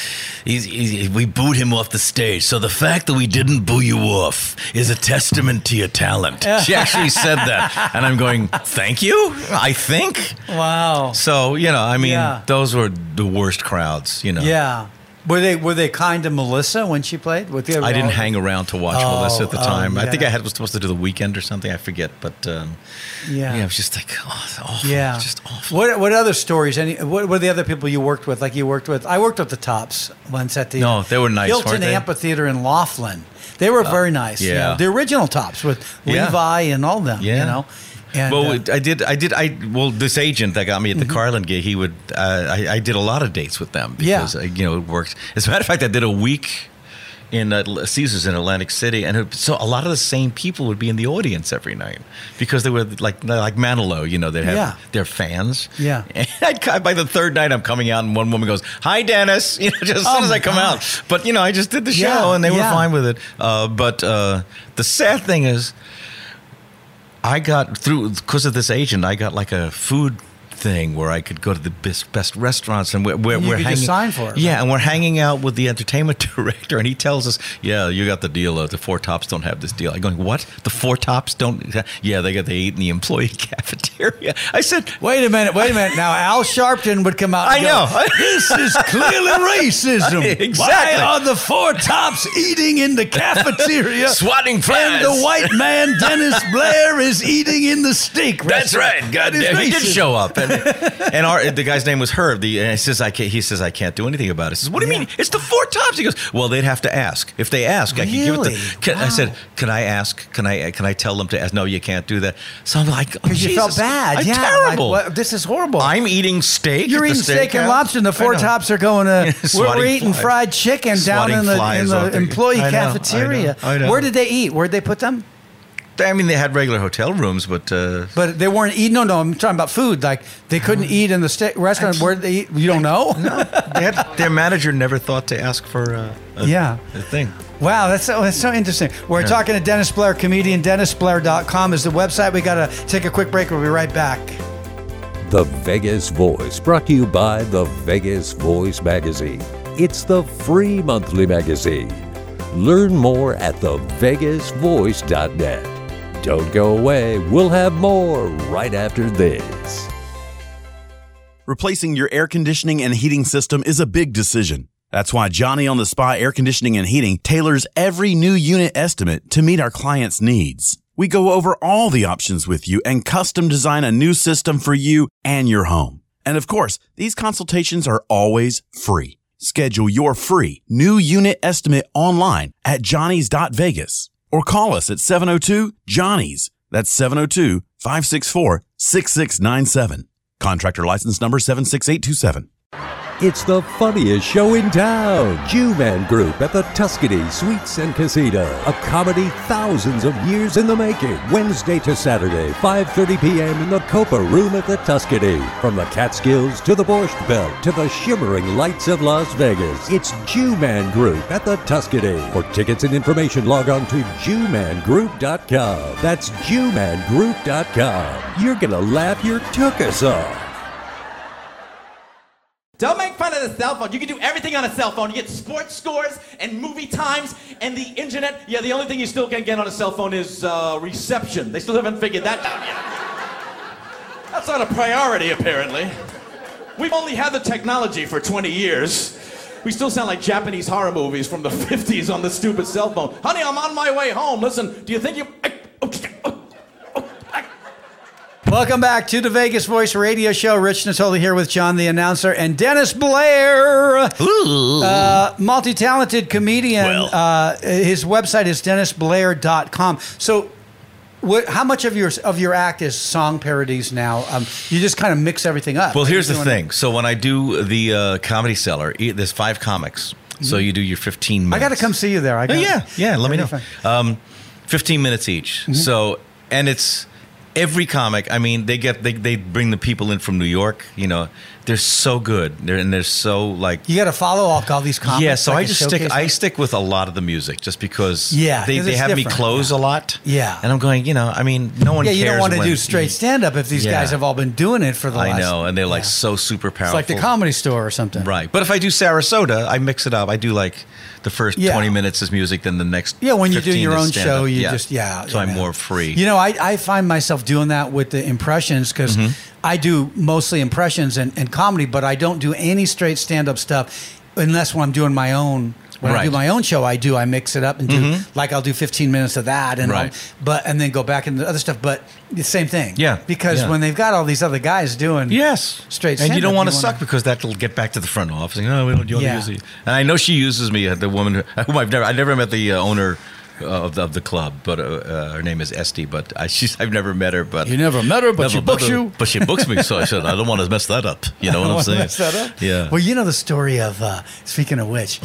he's, he's, we booed him off the stage. So the fact that we didn't boo you off is a testament to your talent. She actually said that, and I'm going, thank you. I think Wow. so. You know, I mean, Yeah. those were the worst crowds. You know, Yeah. Were they were they kind to Melissa when she played with the? I didn't hang around to watch Oh, Melissa at the oh, time. I think yeah. I had was supposed to do the weekend or something. I forget, but um, yeah. Yeah. I was just like, oh, it's awful. Yeah. just awful. What what other stories? Any what were the other people you worked with? Like you worked with I worked with the Tops once at the No, they were nice, Hilton weren't they? Uh, Amphitheater in Laughlin. They were very nice. you yeah. know, the original Tops with Yeah. Levi and all them. You Yeah. know. And, well, uh, Mm-hmm. I did. I did. I well, this agent that got me at the Carlin gig, he would. Uh, I, I did a lot of dates with them Yeah. because uh, you know it worked. As a matter of fact, I did a week in uh, Caesars in Atlantic City, and it, so a lot of the same people would be in the audience every night because they were like like Manilow, you know, they have Yeah. their fans. Yeah. And I'd, co- by the third night, I'm coming out, and one woman goes, "Hi, Dennis," you know, just as Oh, soon as my I come gosh. out. But you know, I just did the Yeah, show, and they were yeah. fine with it. Uh, but uh, the sad thing is. I got through because of this agent. I got like a food thing where I could go to the best, best restaurants and we're, we're, You we're could hanging. just sign for it, yeah, and we're hanging out with the entertainment director, and he tells us, "Yeah, you got the deal. Uh, the Four Tops don't have this deal." I'm going, "What? The Four Tops don't? Yeah, they got they eat in the employee cafeteria." I said, wait a minute, wait a minute. Now Al Sharpton would come out. I and know. go, this is clearly racism. Exactly. Why are the four tops eating in the cafeteria? "Swatting And flies." the white man Dennis Blair is eating in the steak. That's restaurant. right. God That is damn, he did racist. show up, and, and our, the guy's name was Herb. The, and he says I can't. He says I can't do anything about it. He says, what do you mean? It's the four tops. He goes, well, they'd have to ask. If they ask, I can give Really? it. To, can, I said, can I ask? Can I? Can I tell them to ask? No, you can't do that. So I'm like, oh, Because you felt Jesus, bad. I'm yeah. like, terrible. what- this is horrible. I'm eating steak. You're at the eating steak, and house. lobster, and the I four know. tops are going to. we're, Swatting we're eating flies. fried chicken down Swatting in the, in flies off the the- employee I know, I know, cafeteria. I know. Where did they eat? Where'd they put them? I mean, they had regular hotel rooms, but uh, But they weren't eating. No, no, I'm talking about food. Like they couldn't eat in the steak restaurant. Where they eat? You don't know? they had, their manager never thought to ask for. Uh, a, Yeah. a thing. Wow, that's so, that's so interesting. We're talking to Dennis Blair, comedian. DennisBlair.com is the website. We got to take a quick break. We'll be right back. The Vegas Voice, brought to you by The Vegas Voice Magazine. It's the free monthly magazine. Learn more at thevegasvoice.net. Don't go away, we'll have more right after this. Replacing your air conditioning and heating system is a big decision. That's why Johnny on the Spot Air Conditioning and Heating tailors every new unit estimate to meet our clients' needs. We go over all the options with you and custom design a new system for you and your home. And of course, these consultations are always free. Schedule your free new unit estimate online at johnny's.vegas or call us at 702 Johnny's. That's 702 564 6697. Contractor license number 76827. It's the funniest show in town. Jew Man Group at the Tuscany Suites and Casino. A comedy thousands of years in the making. Wednesday to Saturday, 5.30 p.m. in the Copa Room at the Tuscany. From the Catskills to the Borscht Belt to the shimmering lights of Las Vegas. It's Jew Man Group at the Tuscany. For tickets and information, log on to jewmangroup.com. That's jewmangroup.com. You're gonna laugh your tuchus off. Don't make fun of the cell phone. You can do everything on a cell phone. You get sports scores and movie times and the internet. Yeah, the only thing you still can get on a cell phone is uh, reception. They still haven't figured that out yet. That's not a priority, apparently. We've only had the technology for 20 years. We still sound like Japanese horror movies from the 50s on the stupid cell phone. Honey, oh, I'm on my way home. Listen, do you think you. Welcome back to the Vegas Voice Radio Show. Rich Natoli here with John the announcer and Dennis Blair, uh, multi-talented comedian. Well. Uh, his website is dennisblair.com. So, what, how much of your of your act is song parodies now? Um, you just kind of mix everything up. Well, Are you here's the doing- thing. So when I do the uh, comedy cellar, e- there's five comics. So you do your 15 Mm-hmm. I minutes. got to come see you there. I Oh, gotta- yeah, yeah. Let me That'd know. be Mm-hmm. fun. Um, 15 minutes each. So and it's every comic. I mean, they get they, they bring the people in from New York. You know, they're so good. They're, and they're so like. You got to follow all, all these comics. Yeah, so like I a just stick. showcase. I stick with a lot of the music, just because. Yeah, they, 'cause they it's have me different, close yeah. a lot. Yeah. and I'm going. You know, I mean, no one. yeah, you don't cares want to when- do straight stand up if these Yeah. guys have all been doing it for the I last. know, and they're like Yeah. so super powerful. It's like the comedy store or something. Right. But if I do Sarasota, I mix it up. I do like the first Yeah. 20 minutes is music, then the next. Yeah, when you do 15 your is own stand-up. show, you just yeah. So you I'm know. more free. You know, I, I find myself doing that with the impressions because Mm-hmm. I do mostly impressions and, and comedy, but I don't do any straight stand up stuff unless when I'm doing my own. When I do Right. Mm-hmm. my own show, I do I mix it up and do like I'll do 15 minutes of that and I'll- Right. but and then go back into the other stuff. But the same thing, Yeah, Because yeah. when they've got all these other guys doing, Yes, straight And you stand-up, don't want you to wanna- suck because that'll get back to the front office. You know, we don't. You want Yeah. to use it. And I know she uses me. uh, The woman who- whom I've never, I never met the uh, owner uh, of the, of the club, but uh, uh, her name is Esty. But I, she's, I've never met her. But You never met her, but she Never books met her, you. But she books me. So I said, I don't want to mess that up. You know what I'm saying? Mess that up? Yeah. Well, you know the story of uh, speaking of which,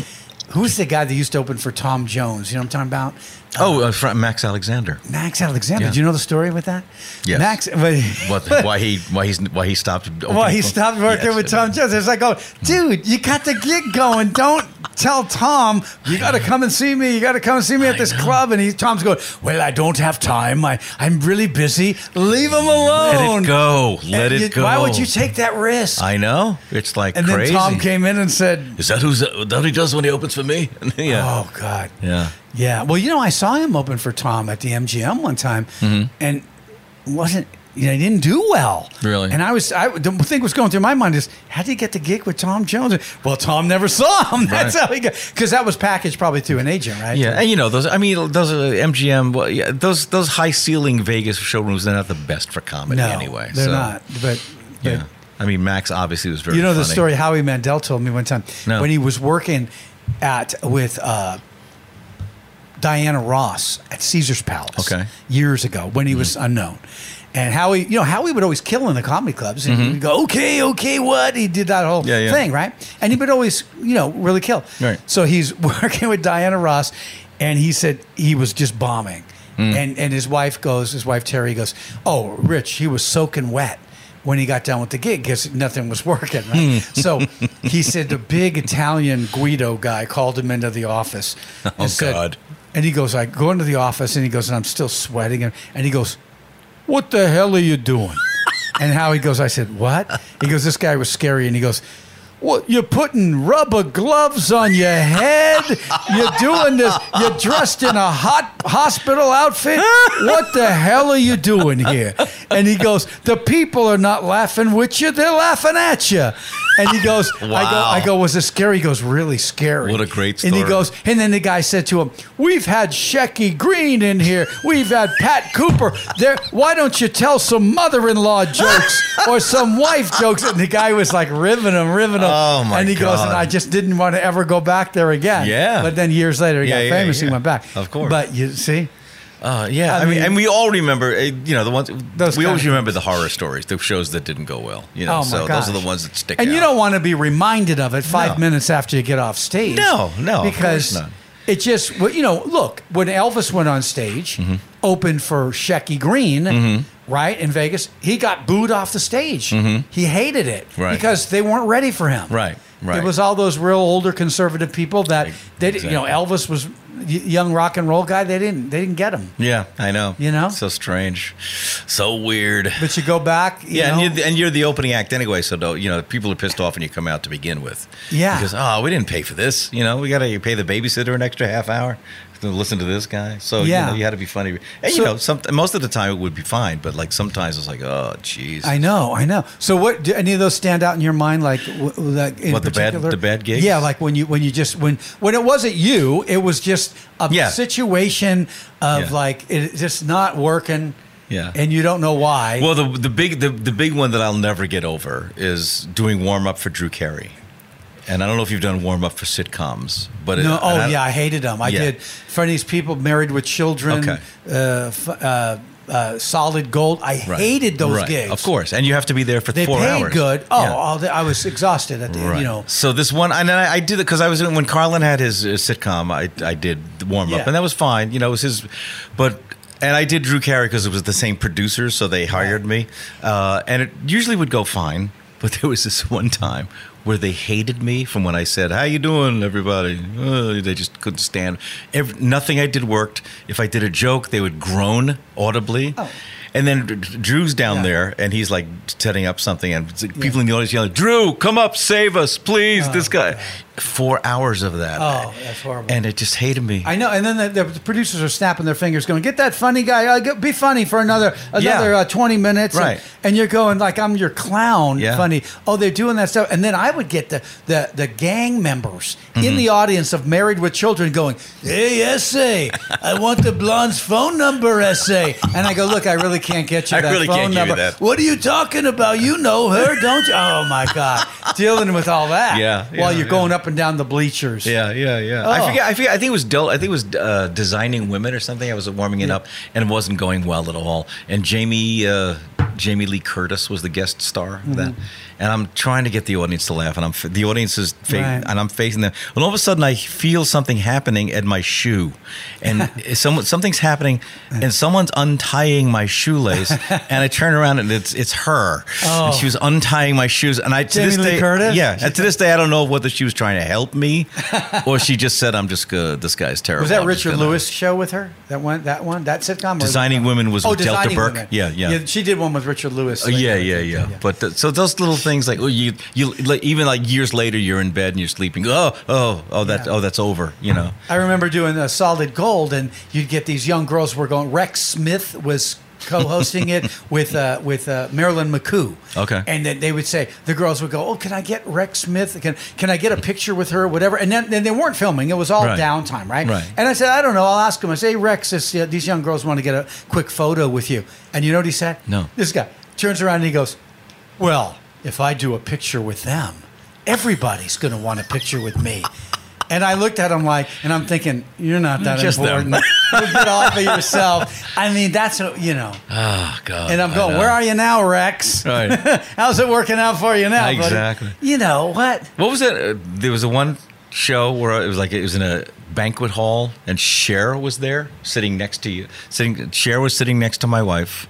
who's the guy that used to open for Tom Jones? You know what I'm talking about? oh, uh, Fra- Max Alexander. Max Alexander. Yeah. Do you know the story with that? Yes. Max. But, What, why he why he's why he stopped opening Well, he for- stopped working Yes. with Tom Jones. It's like, oh, dude, you got the gig going. Don't tell Tom you got to come and see me. You got to come and see me at this club. And he, Tom's going, well, I don't have time. I, I'm really busy. Leave him alone. Let it go. Let And it you- go. Why would you take that risk? I know. It's like and crazy. then Tom came in and said, Is that who's that what he does when he opens for me? yeah. oh God, Yeah. Yeah. Well, you know, I saw him open for Tom at the MGM one time, Mm-hmm. and wasn't you know he didn't do well. Really? And I was I the thing was going through my mind is how did he get the gig with Tom Jones? Well, Tom never saw him. That's Right. how he got because that was packaged probably through an agent, right? Yeah, and you know those. I mean, those uh, MGM. Well, yeah, those those high ceiling Vegas showrooms. They're not the best for comedy, No, anyway. they're so, not. But, but Yeah, I mean, Max obviously was very. you know the funny. story Howie Mandel told me one time No. when he was working at with uh, Diana Ross at Caesar's Palace Okay. Mm-hmm. years ago when he was unknown. And Howie, you know, Howie would always kill in the comedy clubs. And he'd go, okay, okay, what? He did that whole Mm-hmm. Yeah, yeah. thing, right? And he would always, you know, really kill. Right. So he's working with Diana Ross, and he said he was just bombing. Mm. And and his wife goes, his wife Terry goes, oh, Rich, he was soaking wet when he got done with the gig because nothing was working. Right? Hmm. so he said the big Italian Guido guy called him into the office. And Oh, God. And he goes, I go into the office, and he goes, and I'm still sweating, and, and he goes, what the hell are you doing? and how he goes, I said, what? He goes, this guy was scary. And he goes, what? You're putting rubber gloves on your head. You're doing this. You're dressed in a hot hospital outfit. What the hell are you doing here? And he goes, the people are not laughing with you. They're laughing at you. And he goes, I go, Wow. I go, was it scary? He goes, really scary. What a great And he story. goes, and then the guy said to him, "We've had Shecky Green in here. We've had Pat Cooper. There, why don't you tell some mother-in-law jokes or some wife jokes?" And the guy was like ribbing him, ribbing him. Oh, my And he goes, "And God. I just didn't want to ever go back there again." Yeah. But then years later, he Yeah, got yeah, famous. He yeah. went back. Of course. But you see, Uh, yeah, I I mean, mean- and we all remember, uh, you know, the ones Those we always kind of remember the horror stories, the shows that didn't go well. oh You know, my so gosh. those are the ones that stick. And you out. don't want to be reminded of it five No. minutes after you get off stage. No, no, of because course not. it just well, you know. Look, when Elvis went on stage, Mm-hmm. opened for Shecky Green, right in Vegas, he got booed off the stage. He hated it Mm-hmm. Right. because they weren't ready for him. Right, right. It was all those real older conservative people that they didn't. You know, Elvis was y- young rock and roll guy. They didn't. They didn't get him. Yeah, I know. You know? so strange, so weird. But you go back. You yeah, know, and, you're, and you're the opening act anyway, so don't, you know people are pissed off when you come out to begin with. Yeah. because oh, we didn't pay for this. You know, we got to pay the babysitter an extra half hour to listen to this guy. So Yeah. yeah, you, know, you had to be funny. And So- you know, some, most of the time it would be fine, but like sometimes it's like oh, jeez. I know, I know. So, what do any of those stand out in your mind? Like, w- w- like in What, the bad- particular? the bad gigs? Yeah, like when you when you just when when it wasn't you, it was just a Yeah. situation of Yeah. like it it's just not working. Yeah. and you don't know why. Well, the the big the, the big one that I'll never get over is doing warm up for Drew Carey, and I don't know if you've done warm up for sitcoms, but it- no, oh and I- yeah, I hated them. I Yeah. did. For these people married with children, Okay. uh, f- uh, uh, solid gold. I Right. hated those Right. gigs. Of course, and you have to be there for they four paid hours. good. Oh, Yeah. all the, I was exhausted at the end. Right. You know, So this one, and I, I did it because I was when Carlin had his, uh sitcom. I I did the warm up, Yeah. and that was fine. You know, it was his, but. And I did Drew Carey because it was the same producer, so they hired me. Uh, and it usually would go fine, but there was this one time where they hated me from when I said, "How you doing, everybody?" Uh, they just couldn't stand. Every, nothing I did worked. If I did a joke, they would groan audibly. And then D- D- Drew's down Oh. Yeah. there, and he's like setting up something, and it's like people in the audience yelling, "Drew, come up, save us, please!" this guy, four hours of that, Oh, that's horrible. and it just hated me. I know. And then the, the producers are snapping their fingers, going, "Get that funny guy! Uh, get, be funny for another another Yeah. uh, twenty minutes." And- Right. And, you're going like, "I'm your clown, Yeah. funny." Oh, they're doing that stuff. And then I would get the the, the gang members Mm-hmm. in the audience of Married with Children going, "Hey, essay, I want the blonde's phone number, essay." And I go, "Look, I really can't get you I that really phone can't give you number. that." What are you talking about? You know her, don't you?" Oh my God, dealing with all that Yeah, while yeah, you're yeah. going up and down the bleachers. Yeah, yeah, yeah. Oh. I forget. I forget. I think it was. Del, I think it was uh, designing women or something. I was warming it up, and it wasn't going well at all. And Jamie, uh, Jamie Lee Curtis was the guest star. of That, Mm-hmm. and I'm trying to get the audience to laugh, and I'm f- the audience is fa- Right. and I'm facing them. And all of a sudden, I feel something happening at my shoe, and someone something's happening, and someone's untying my shoelace, and I turn around and it's it's her. And she was untying my shoes, and I to Oh. Jamie this Lee day, Curtis? yeah, and to this day, I don't know whether she was trying to help me or she just said, I'm just good. This guy's terrible. Was that I'm just Richard gonna-" Lewis show with her? That one, that one, that sitcom. or- Designing Women was with Delta Oh, Designing Burke. Women. Yeah, yeah. She did one with Richard Lewis. Uh, yeah, later. yeah, yeah, But th- so those little things, like oh, you, you, like, even like years later, you're in bed and you're sleeping. Oh, oh, oh, that, Yeah. oh, that's over. You know, I remember doing a Solid Gold, and you'd get these young girls who were going. Rex Smith was co-hosting it with uh, with uh, Marilyn McCoo. Okay. And then they would say the girls would go, "Oh, can I get Rex Smith? Can can I get a picture with her? Whatever." And then, then they weren't filming; it was all Right. downtime, right? Right. And I said, "I don't know. I'll ask him." I say, hey, "Rex, this, uh, these young girls want to get a quick photo with you." And you know what he said? No. This guy turns around and he goes, Well, if I do a picture with them, everybody's going to want a picture with me. And I looked at him like, and I'm thinking, you're not that Just them. important. Get off of yourself. I mean, that's, what- you know. Ah, oh god. And I'm going, where are you now, Rex? Right. How's it working out for you now, buddy? Exactly. You know what? What was it? Uh, there was a one show where it was like it was in a banquet hall, and Cher was there, sitting next to you. Sitting, Cher was sitting next to my wife.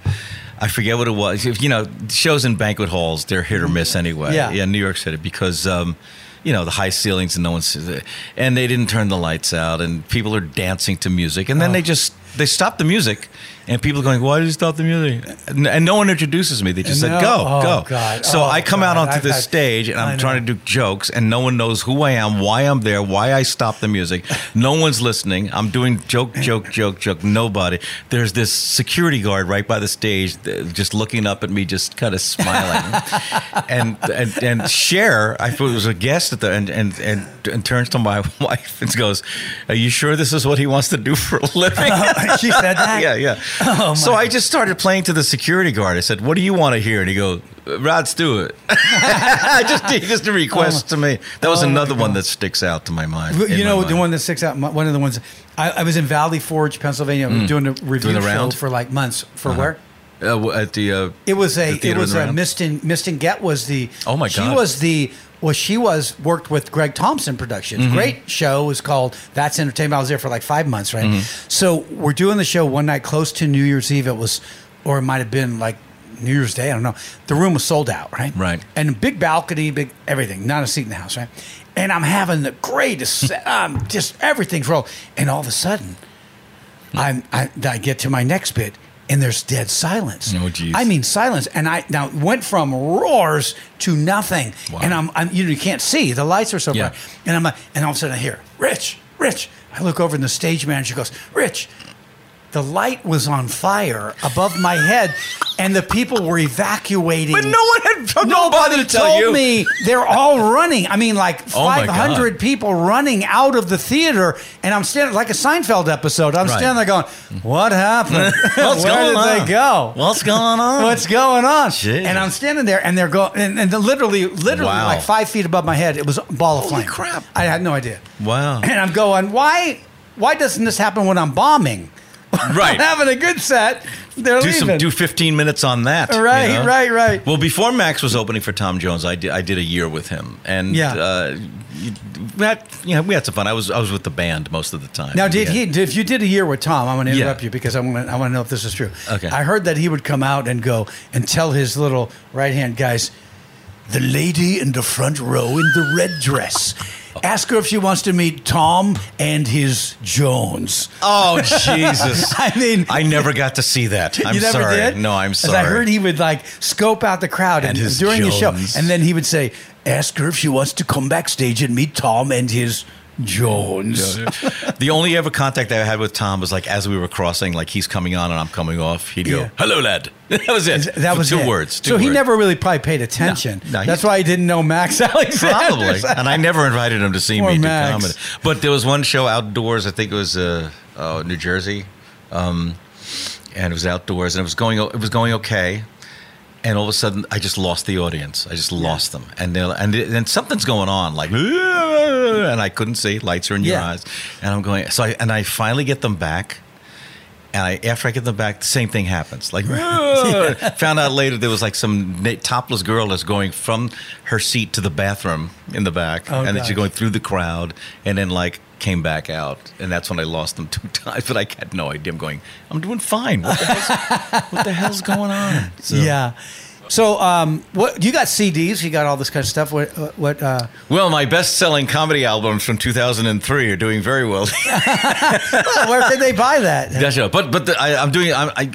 I forget what it was. If- You know, shows in banquet halls, they're hit or miss anyway. Mm-hmm. Yeah. yeah, New York City because. Um, you know the high ceilings and no one sees it, and they didn't turn the lights out, and people are dancing to music, Oh. and then they just they stop the music, and people are going, "Why did you stop the music?" And, and no one introduces me. They just No. said, "Go, Oh, go." God. So Oh, I come out God. onto I've the had- stage, and I know. I'm trying to do jokes and no one knows who I am, why I'm there, why I stopped the music. No one's listening. I'm doing joke, joke, joke, joke. Nobody. There's this security guard right by the stage, th- just looking up at me, just kind of smiling. and, and and Cher, I thought it was a guest at the and and and, and turns to my wife and goes, "Are you sure this is what he wants to do for a living?" she said that? Uh, Oh, yeah, yeah. so I just started playing to the security guard. I said, "What do you want to hear?" And he goes, "Rod Stewart." I just he just Oh, a request to me. That was another one that sticks out to my mind. Well, in You my know, the mind. one that sticks out, my- one of the ones, I, I was in Valley Forge, Pennsylvania, doing a review the show Mm. round? for like months. For where? uh, w- at the uh, It was the a. It theater was in the a round? Mistin. Mistin Get was the. Oh, my She God. was the. Well, she was worked with Greg Thompson Productions. Mm-hmm. Great show. It was called That's Entertainment. I was there for like five months, right? Mm-hmm. So we're doing the show one night close to New Year's Eve. It was, or it might have been like New Year's Day. I don't know. The room was sold out, right? Right. And a big balcony, big everything. Not a seat in the house, right? And I'm having the greatest. se- um, just everything's roll. And all of a sudden, I'm, I, I get to my next bit, and there's dead silence. Oh, geez. I mean silence, and I now it went from roars to nothing, Wow. and I'm, I'm you know you can't see the lights are so Yeah. bright, and I'm like, and all of a sudden I hear Rich, Rich. I look over, and the stage manager goes, Rich, the light was on fire above my head, and the people were evacuating. But no one had Nobody nobody to tell told you. me they're all running. I mean, like Oh my God. 500 people running out of the theater, and I'm standing like a Seinfeld episode. I'm Right. standing there going, "What happened? What's Where going did they on? go? What's going on? What's going on?" Jeez. And I'm standing there, and they're going, and, and literally, literally, Wow. like five feet above my head, it was a ball of Holy flame. crap. I had no idea Wow. and I'm going, why? Why doesn't this happen when I'm bombing? I'm Right. having a good set. They're Do leaving. some do 15 minutes on that. you Right, know? right, right. Well, before Max was opening for Tom Jones, I did I did a year with him, and Yeah. uh, you- we had you know, we had some fun. I was I was with the band most of the time. now, did Yeah. he? If you did a year with Tom, I'm going to Yeah. interrupt you because I want to. I want to know if this is true. Okay. I heard that he would come out and go and tell his little right hand guys, the lady in the front row in the red dress. Ask her if she wants to meet Tom and his Jones. Oh Jesus! I mean, I never got to see that. I'm you never sorry. did? No, I'm 'Cause sorry. I heard he would like scope out the crowd and And his during his show, Jones. and then he would say, "Ask her if she wants to come backstage and meet Tom and his Jones." the only ever contact I had with Tom was like as we were crossing, like he's coming on and I'm coming off. He'd go, Yeah. "Hello, lad." That was it. That was two it. words. two so he words. never really probably paid attention. No, he- That's why he didn't know Max Alexander. Probably. and I never invited him to see Poor me Max. do comedy. But there was one show outdoors, I think it was uh, uh, New Jersey. Um, and it was outdoors and it was going o- it was going okay. And all of a sudden I just lost the audience. I just lost them. And they're and then something's going on like and I couldn't see lights are in your Yeah. eyes. And I'm going so I, and I finally get them back. And I, after I get them back, the same thing happens. Like, found out later there was like some na- topless girl that's going from her seat to the bathroom in the back, Oh, and then gosh. she's going through the crowd, and then like came back out, and that's when I lost them two times. But I had no idea. I'm going, I'm doing fine. What the hell's, what the hell's going on? So- Yeah. So, um, what you got CDs? You got all this kind of stuff. What? What? Uh, Well, my best-selling comedy albums from 2003 are doing very well. where could they buy that? That's it. But but the, I, I'm doing. I'm, I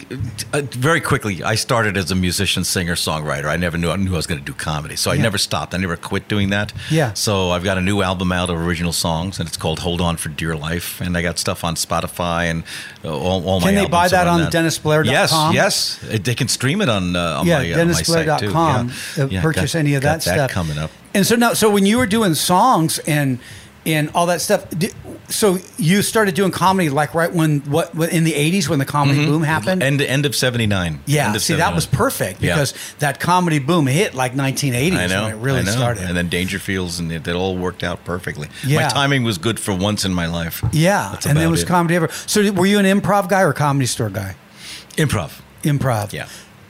uh, very quickly. I started as a musician, singer, songwriter. I never knew I knew I was going to do comedy, so I Yeah. never stopped. I never quit doing that. Yeah. So I've got a new album out of original songs, and it's called "Hold On for Dear Life," and I got stuff on Spotify and uh, all, all my. Can they buy albums that are on dennisblair.com? Yes, yes. Uh, They can stream it on uh, on yeah, my, uh, my site too. dennisblair.com. uh, Yeah, purchase got- any of got that stuff coming up. And so now, so when you were doing songs and and all that stuff, di- so you started doing comedy like right when what when- in the '80s when the comedy boom happened. Mm-hmm. End end of '79. yeah, see that was perfect because that comedy boom hit like 1980s I know when it really I know. started. And then Dangerfields, and it, it all worked out perfectly. Yeah. My timing was good for once in my life. yeah, That's and then about was it. comedy ever. So were you an improv guy or comedy store guy? improv. Improv. Yeah.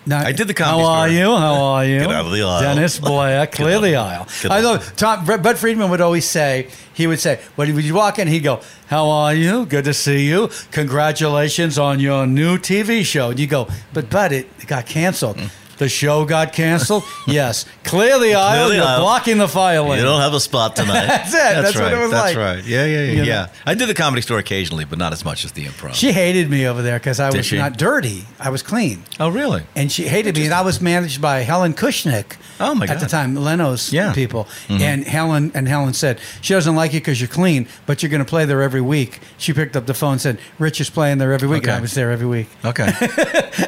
Now, I did the comedy How store. are you? How are you? Get out of the aisle. Dennis Blair, clear out. the aisle. Get I out. know Tom, Bud Bud Friedman would always say, he would say, when he would walk in, he'd go, How are you? Good to see you. Congratulations on your new TV show. And you go, But Bud, it, it got canceled. The show got canceled? yes. Clear the aisle. Mm. the You're aisle. blocking the fire lane. You don't have a spot tonight. That's it. That's what right. it was like. That's right. Yeah, yeah, You yeah. know? yeah. I did the comedy store occasionally, but not as much as the improv. she hated me over there because I was she? not dirty. I was clean. oh, really? and she hated me. And I was managed by Helen Kushnick. Oh, my At God. the time, Leno's Yeah. Mm-hmm. people, and Helen and Helen said she doesn't like you because you're clean, but you're going to play there every week. She picked up the phone and said Rich is playing there every week, and Okay. I was there every week. Okay.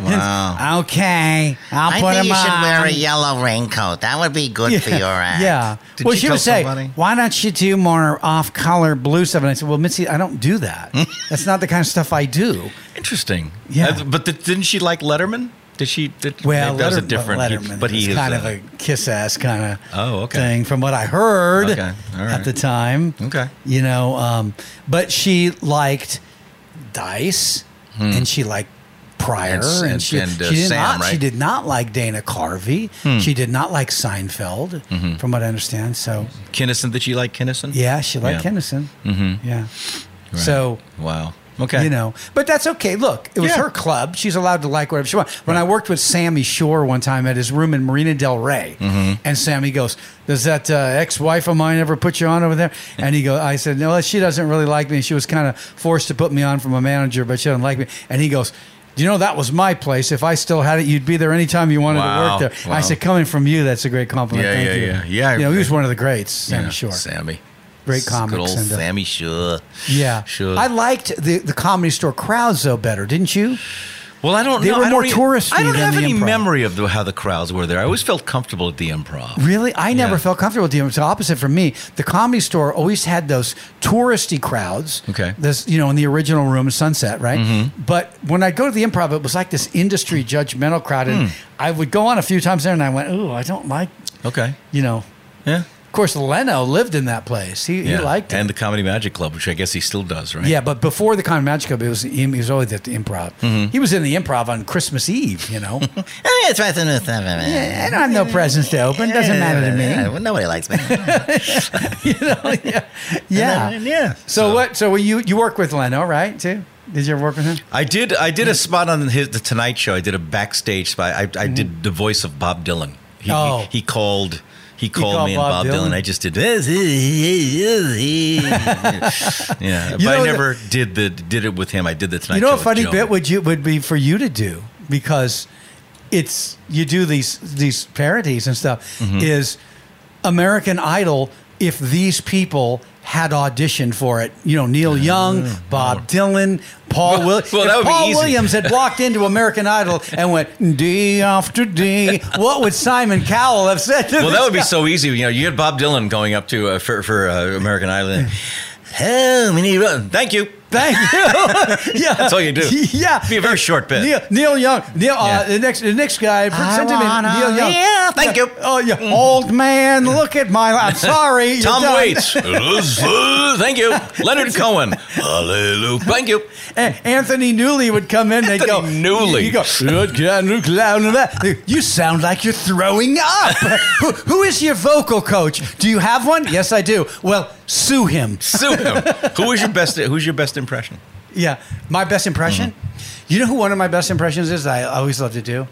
wow. Okay, I'll I put think him you on. should wear a yellow raincoat. That would be good for your uh, ass. Yeah. Did well, you she tell would say, somebody? "Why don't you do more off-color blue stuff?" And I said, "Well, Mitzi, I don't do that. That's not the kind of stuff I do." Interesting. Yeah. Uh, but th- didn't she like Letterman? Did she? Did, Well, that was a Letterman- different. Letterman but he was is kind uh, of a kiss ass kind of Oh, okay. thing, from what I heard Okay, all right. at the time. Okay. you know, um, but she liked Dice, and she liked Pryor, Hmm. And- and, and- she, and, uh, she did Sam, not she right? Hmm. did not like Dana Carvey. She did not like Seinfeld, Mm-hmm. from what I understand. So Kinnison. Did she like Kinnison? yeah, she liked Yeah. Henderson. Mm-hmm. Yeah, so. Wow. Okay. You know, but that's okay. Look, it was Yeah. her club. She's allowed to like whatever she wants. When I worked with Sammy Shore one time at his room in Marina Del Rey, Mm-hmm. and Sammy goes, "Does that uh, ex-wife of mine ever put you on over there?" And he goes, "I said no. She doesn't really like me. She was kind of forced to put me on from a manager, but she doesn't like me." And he goes. "Do You know that was my place. If I still had it, you'd be there anytime you wanted Wow. to work there. I Wow. said, coming from you, that's a great compliment. Yeah, Thank yeah, you. yeah. Yeah, I- You know, he was one of the greats, Sammy Yeah, Shore. Sammy. great comics. Good old and, uh, Sammy Sure. yeah, Sure. I liked the, the comedy store crowds though better, didn't you? Well, I don't They know. were I don't more even- touristy I don't than have the any improv. memory of the, how the crowds were there. I always felt comfortable at the improv. Really, I never Yeah. felt comfortable with them. It's the opposite for me. The comedy store always had those touristy crowds. Okay. Mm-hmm. this you know in the original room Sunset, right? But when I go to the improv, it was like this industry judgmental crowd, Hmm. and I would go on a few times there, and I went, "Ooh, I don't like," Okay. you know. Yeah. Of course, Leno lived in that place. He, yeah. he liked it. And the Comedy Magic Club, which I guess he still does, right? Yeah, but before the Con Magic Club, it was he was always at the improv. Mm-hmm. He was in the improv on Christmas Eve, you know. Oh, yeah, it's right in the I don't have no presents to open. Doesn't matter to me. Well, nobody likes me. Yeah. Yeah. So, what? So you you work with Leno, right? Too? Did you ever work with him? I did. I did a spot on his, the Tonight Show. I did a backstage spot. I, I did the voice of Bob Dylan. He, Mm. Oh. he, he called. He called, called me and Bob Bob, Dylan. Dylan. I just did. yeah, but know I the- never did the did it with him. I did the Tonight you Show. know, a with funny Joan. bit would you would be for you to do because it's you do these these parodies and stuff Mm-hmm. is American Idol. If these people had auditioned for it, you know Neil Young, Bob Dylan, Paul Mm-hmm. Oh. Well, Williams. well, that would be Paul easy. Williams had walked into American Idol and went D after D, what would Simon Cowell have said? To Well, this that would be guy? so easy. You know, you had Bob Dylan going up to uh, for for uh, American Idol. oh, we need and, uh, Thank you. Thank you. yeah, that's all you do. Yeah, Be a very short bit. Neil, Neil Young. Neil, uh, Yeah. the next, the next guy. Send him in. wanna Neil Young. live. Thank Yeah. you. Oh, yeah. Old man, look at my. I'm sorry. you're Mm. Tom done. Waits. Thank you. Leonard Cohen. Hallelujah. Thank you. A- Anthony Newley would come in. They'd go. Anthony Newley. You go. "Look, can you clown of that?" You sound like you're throwing up. who, who is your vocal coach? Do you have one? Yes, I do. Well, sue him. Sue him. Who was your best? Who's your best impression? Yeah. My best impression? Mm-hmm. You know who one of my best impressions is that I always love to do?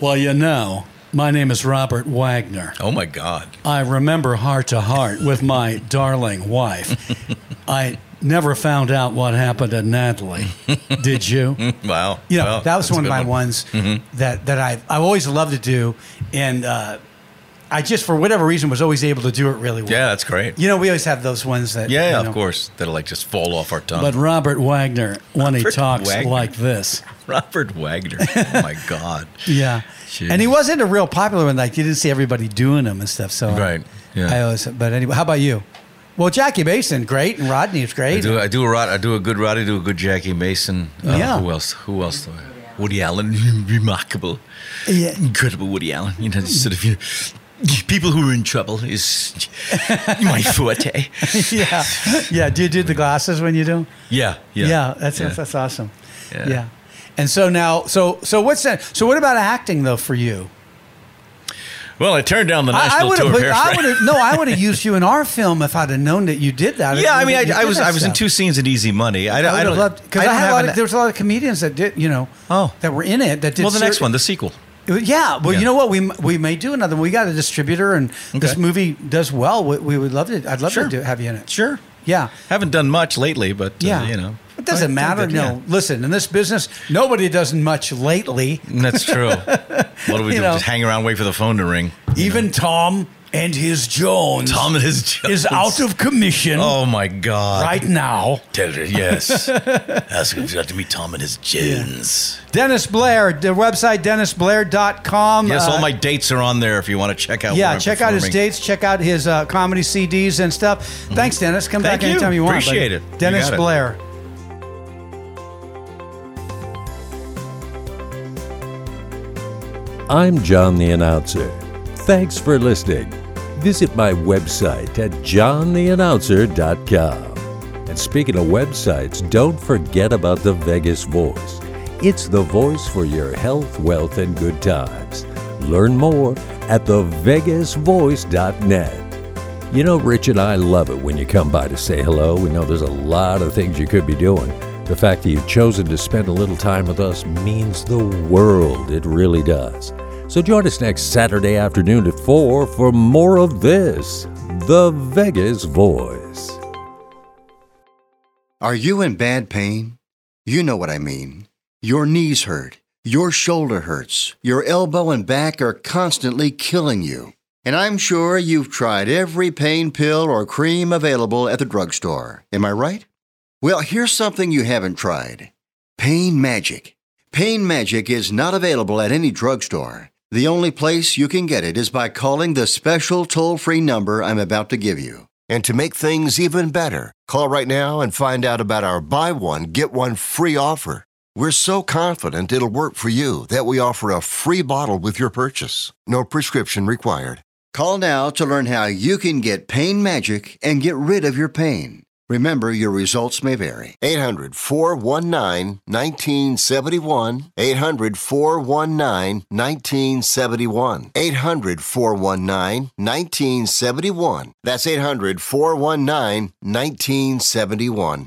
Well, you know, my name is Robert Wagner. Oh my God. I remember heart to heart with my darling wife. I never found out what happened to Natalie. Did you? Wow. You know, Wow. that was That's a one of good Mm-hmm. my ones that, that I, I always loved to do. And uh, I just, for whatever reason, was always able to do it really well. Yeah, that's great. You know, we always have those ones that. Yeah, you yeah, know, of course. That'll like just fall off our tongue. But Robert Wagner, when he Robert talks Wagner. like this, Robert Wagner. Oh my God. yeah, Jeez. and he wasn't a real popular one. Like you didn't see everybody doing them and stuff. So I- Right, yeah. I always. But anyway, how about you? Well, Jackie Mason, great, and Rodney is I great. do. I do a Rod. I do a good Roddy. Do a good Jackie Mason. Uh, Yeah. Who else? Who else? Do I, Woody Allen. Remarkable. Yeah. Incredible Woody Allen. You know, sort of. You know, people who are in trouble is my forte. yeah, yeah. Do you do the glasses when you do? Yeah. Yeah. that's, that's that's awesome. Yeah. Yeah. and so now, so so what's that? So what about acting though for you? Well, I turned down the I, I national would tour. have, of put- I Hairspray. would have, no, I would have used you in our film if I'd have known that you did that. Yeah, I didn't know that mean, you I, I did was that I was in stuff. two scenes in Easy Money. I I, I would don't have loved because I, don't had have a lot an- of, there was a lot of comedians that did you know Oh. that were in it that did well, the ser- next one, the sequel. yeah well Yeah. you know what we m- we may do another one. we got a distributor and this Okay. movie does well we, we would love to I'd love Sure. to do, have you in it Sure. yeah Haven't done much lately, but uh, yeah you know. it I doesn't think matter that- no listen in this business nobody does much lately yeah. That's true. What do we You do? know. Just hang around, wait for the phone to ring. even Tom and his Jones Tom and his Jones. is out of commission Oh my God! right now Tell her, yes. Ask if you'd like to meet Tom and his Jones. Dennis Blair the website dennisblair.com Yes, Uh, all my dates are on there if you want to check out. where Yeah, I'm check out his performing. dates. Check out his uh, comedy CDs and stuff. Thanks, Dennis. Come Mm-hmm. Thank back anytime you. you want. Appreciate buddy. it. You Dennis got it. Blair. I'm John the Announcer. Thanks for listening. Visit my website at johntheannouncer.com. And speaking of websites, don't forget about the Vegas Voice. It's the voice for your health, wealth, and good times. Learn more at thevegasvoice.net. You know, Rich and I love it when you come by to say hello. We know there's a lot of things you could be doing. The fact that you've chosen to spend a little time with us means the world. It really does. So join us next Saturday afternoon at 4 for more of this The Vegas Voice. Are you in bad pain? You know what I mean. Your knees hurt, your shoulder hurts, your elbow and back are constantly killing you. And I'm sure you've tried every pain pill or cream available at the drugstore. Am I right? Well, here's something you haven't tried Pain Magic. Pain Magic is not available at any drugstore. The only place you can get it is by calling the special toll free number I'm about to give you. And to make things even better, call right now and find out about our buy one, get one free offer. We're so confident it'll work for you that we offer a free bottle with your purchase. No prescription required. Call now to learn how you can get Pain Magic and get rid of your pain. Remember, your results may vary. 800 419 1971. 800 419 1971. 800 419 1971. That's 800 419 1971.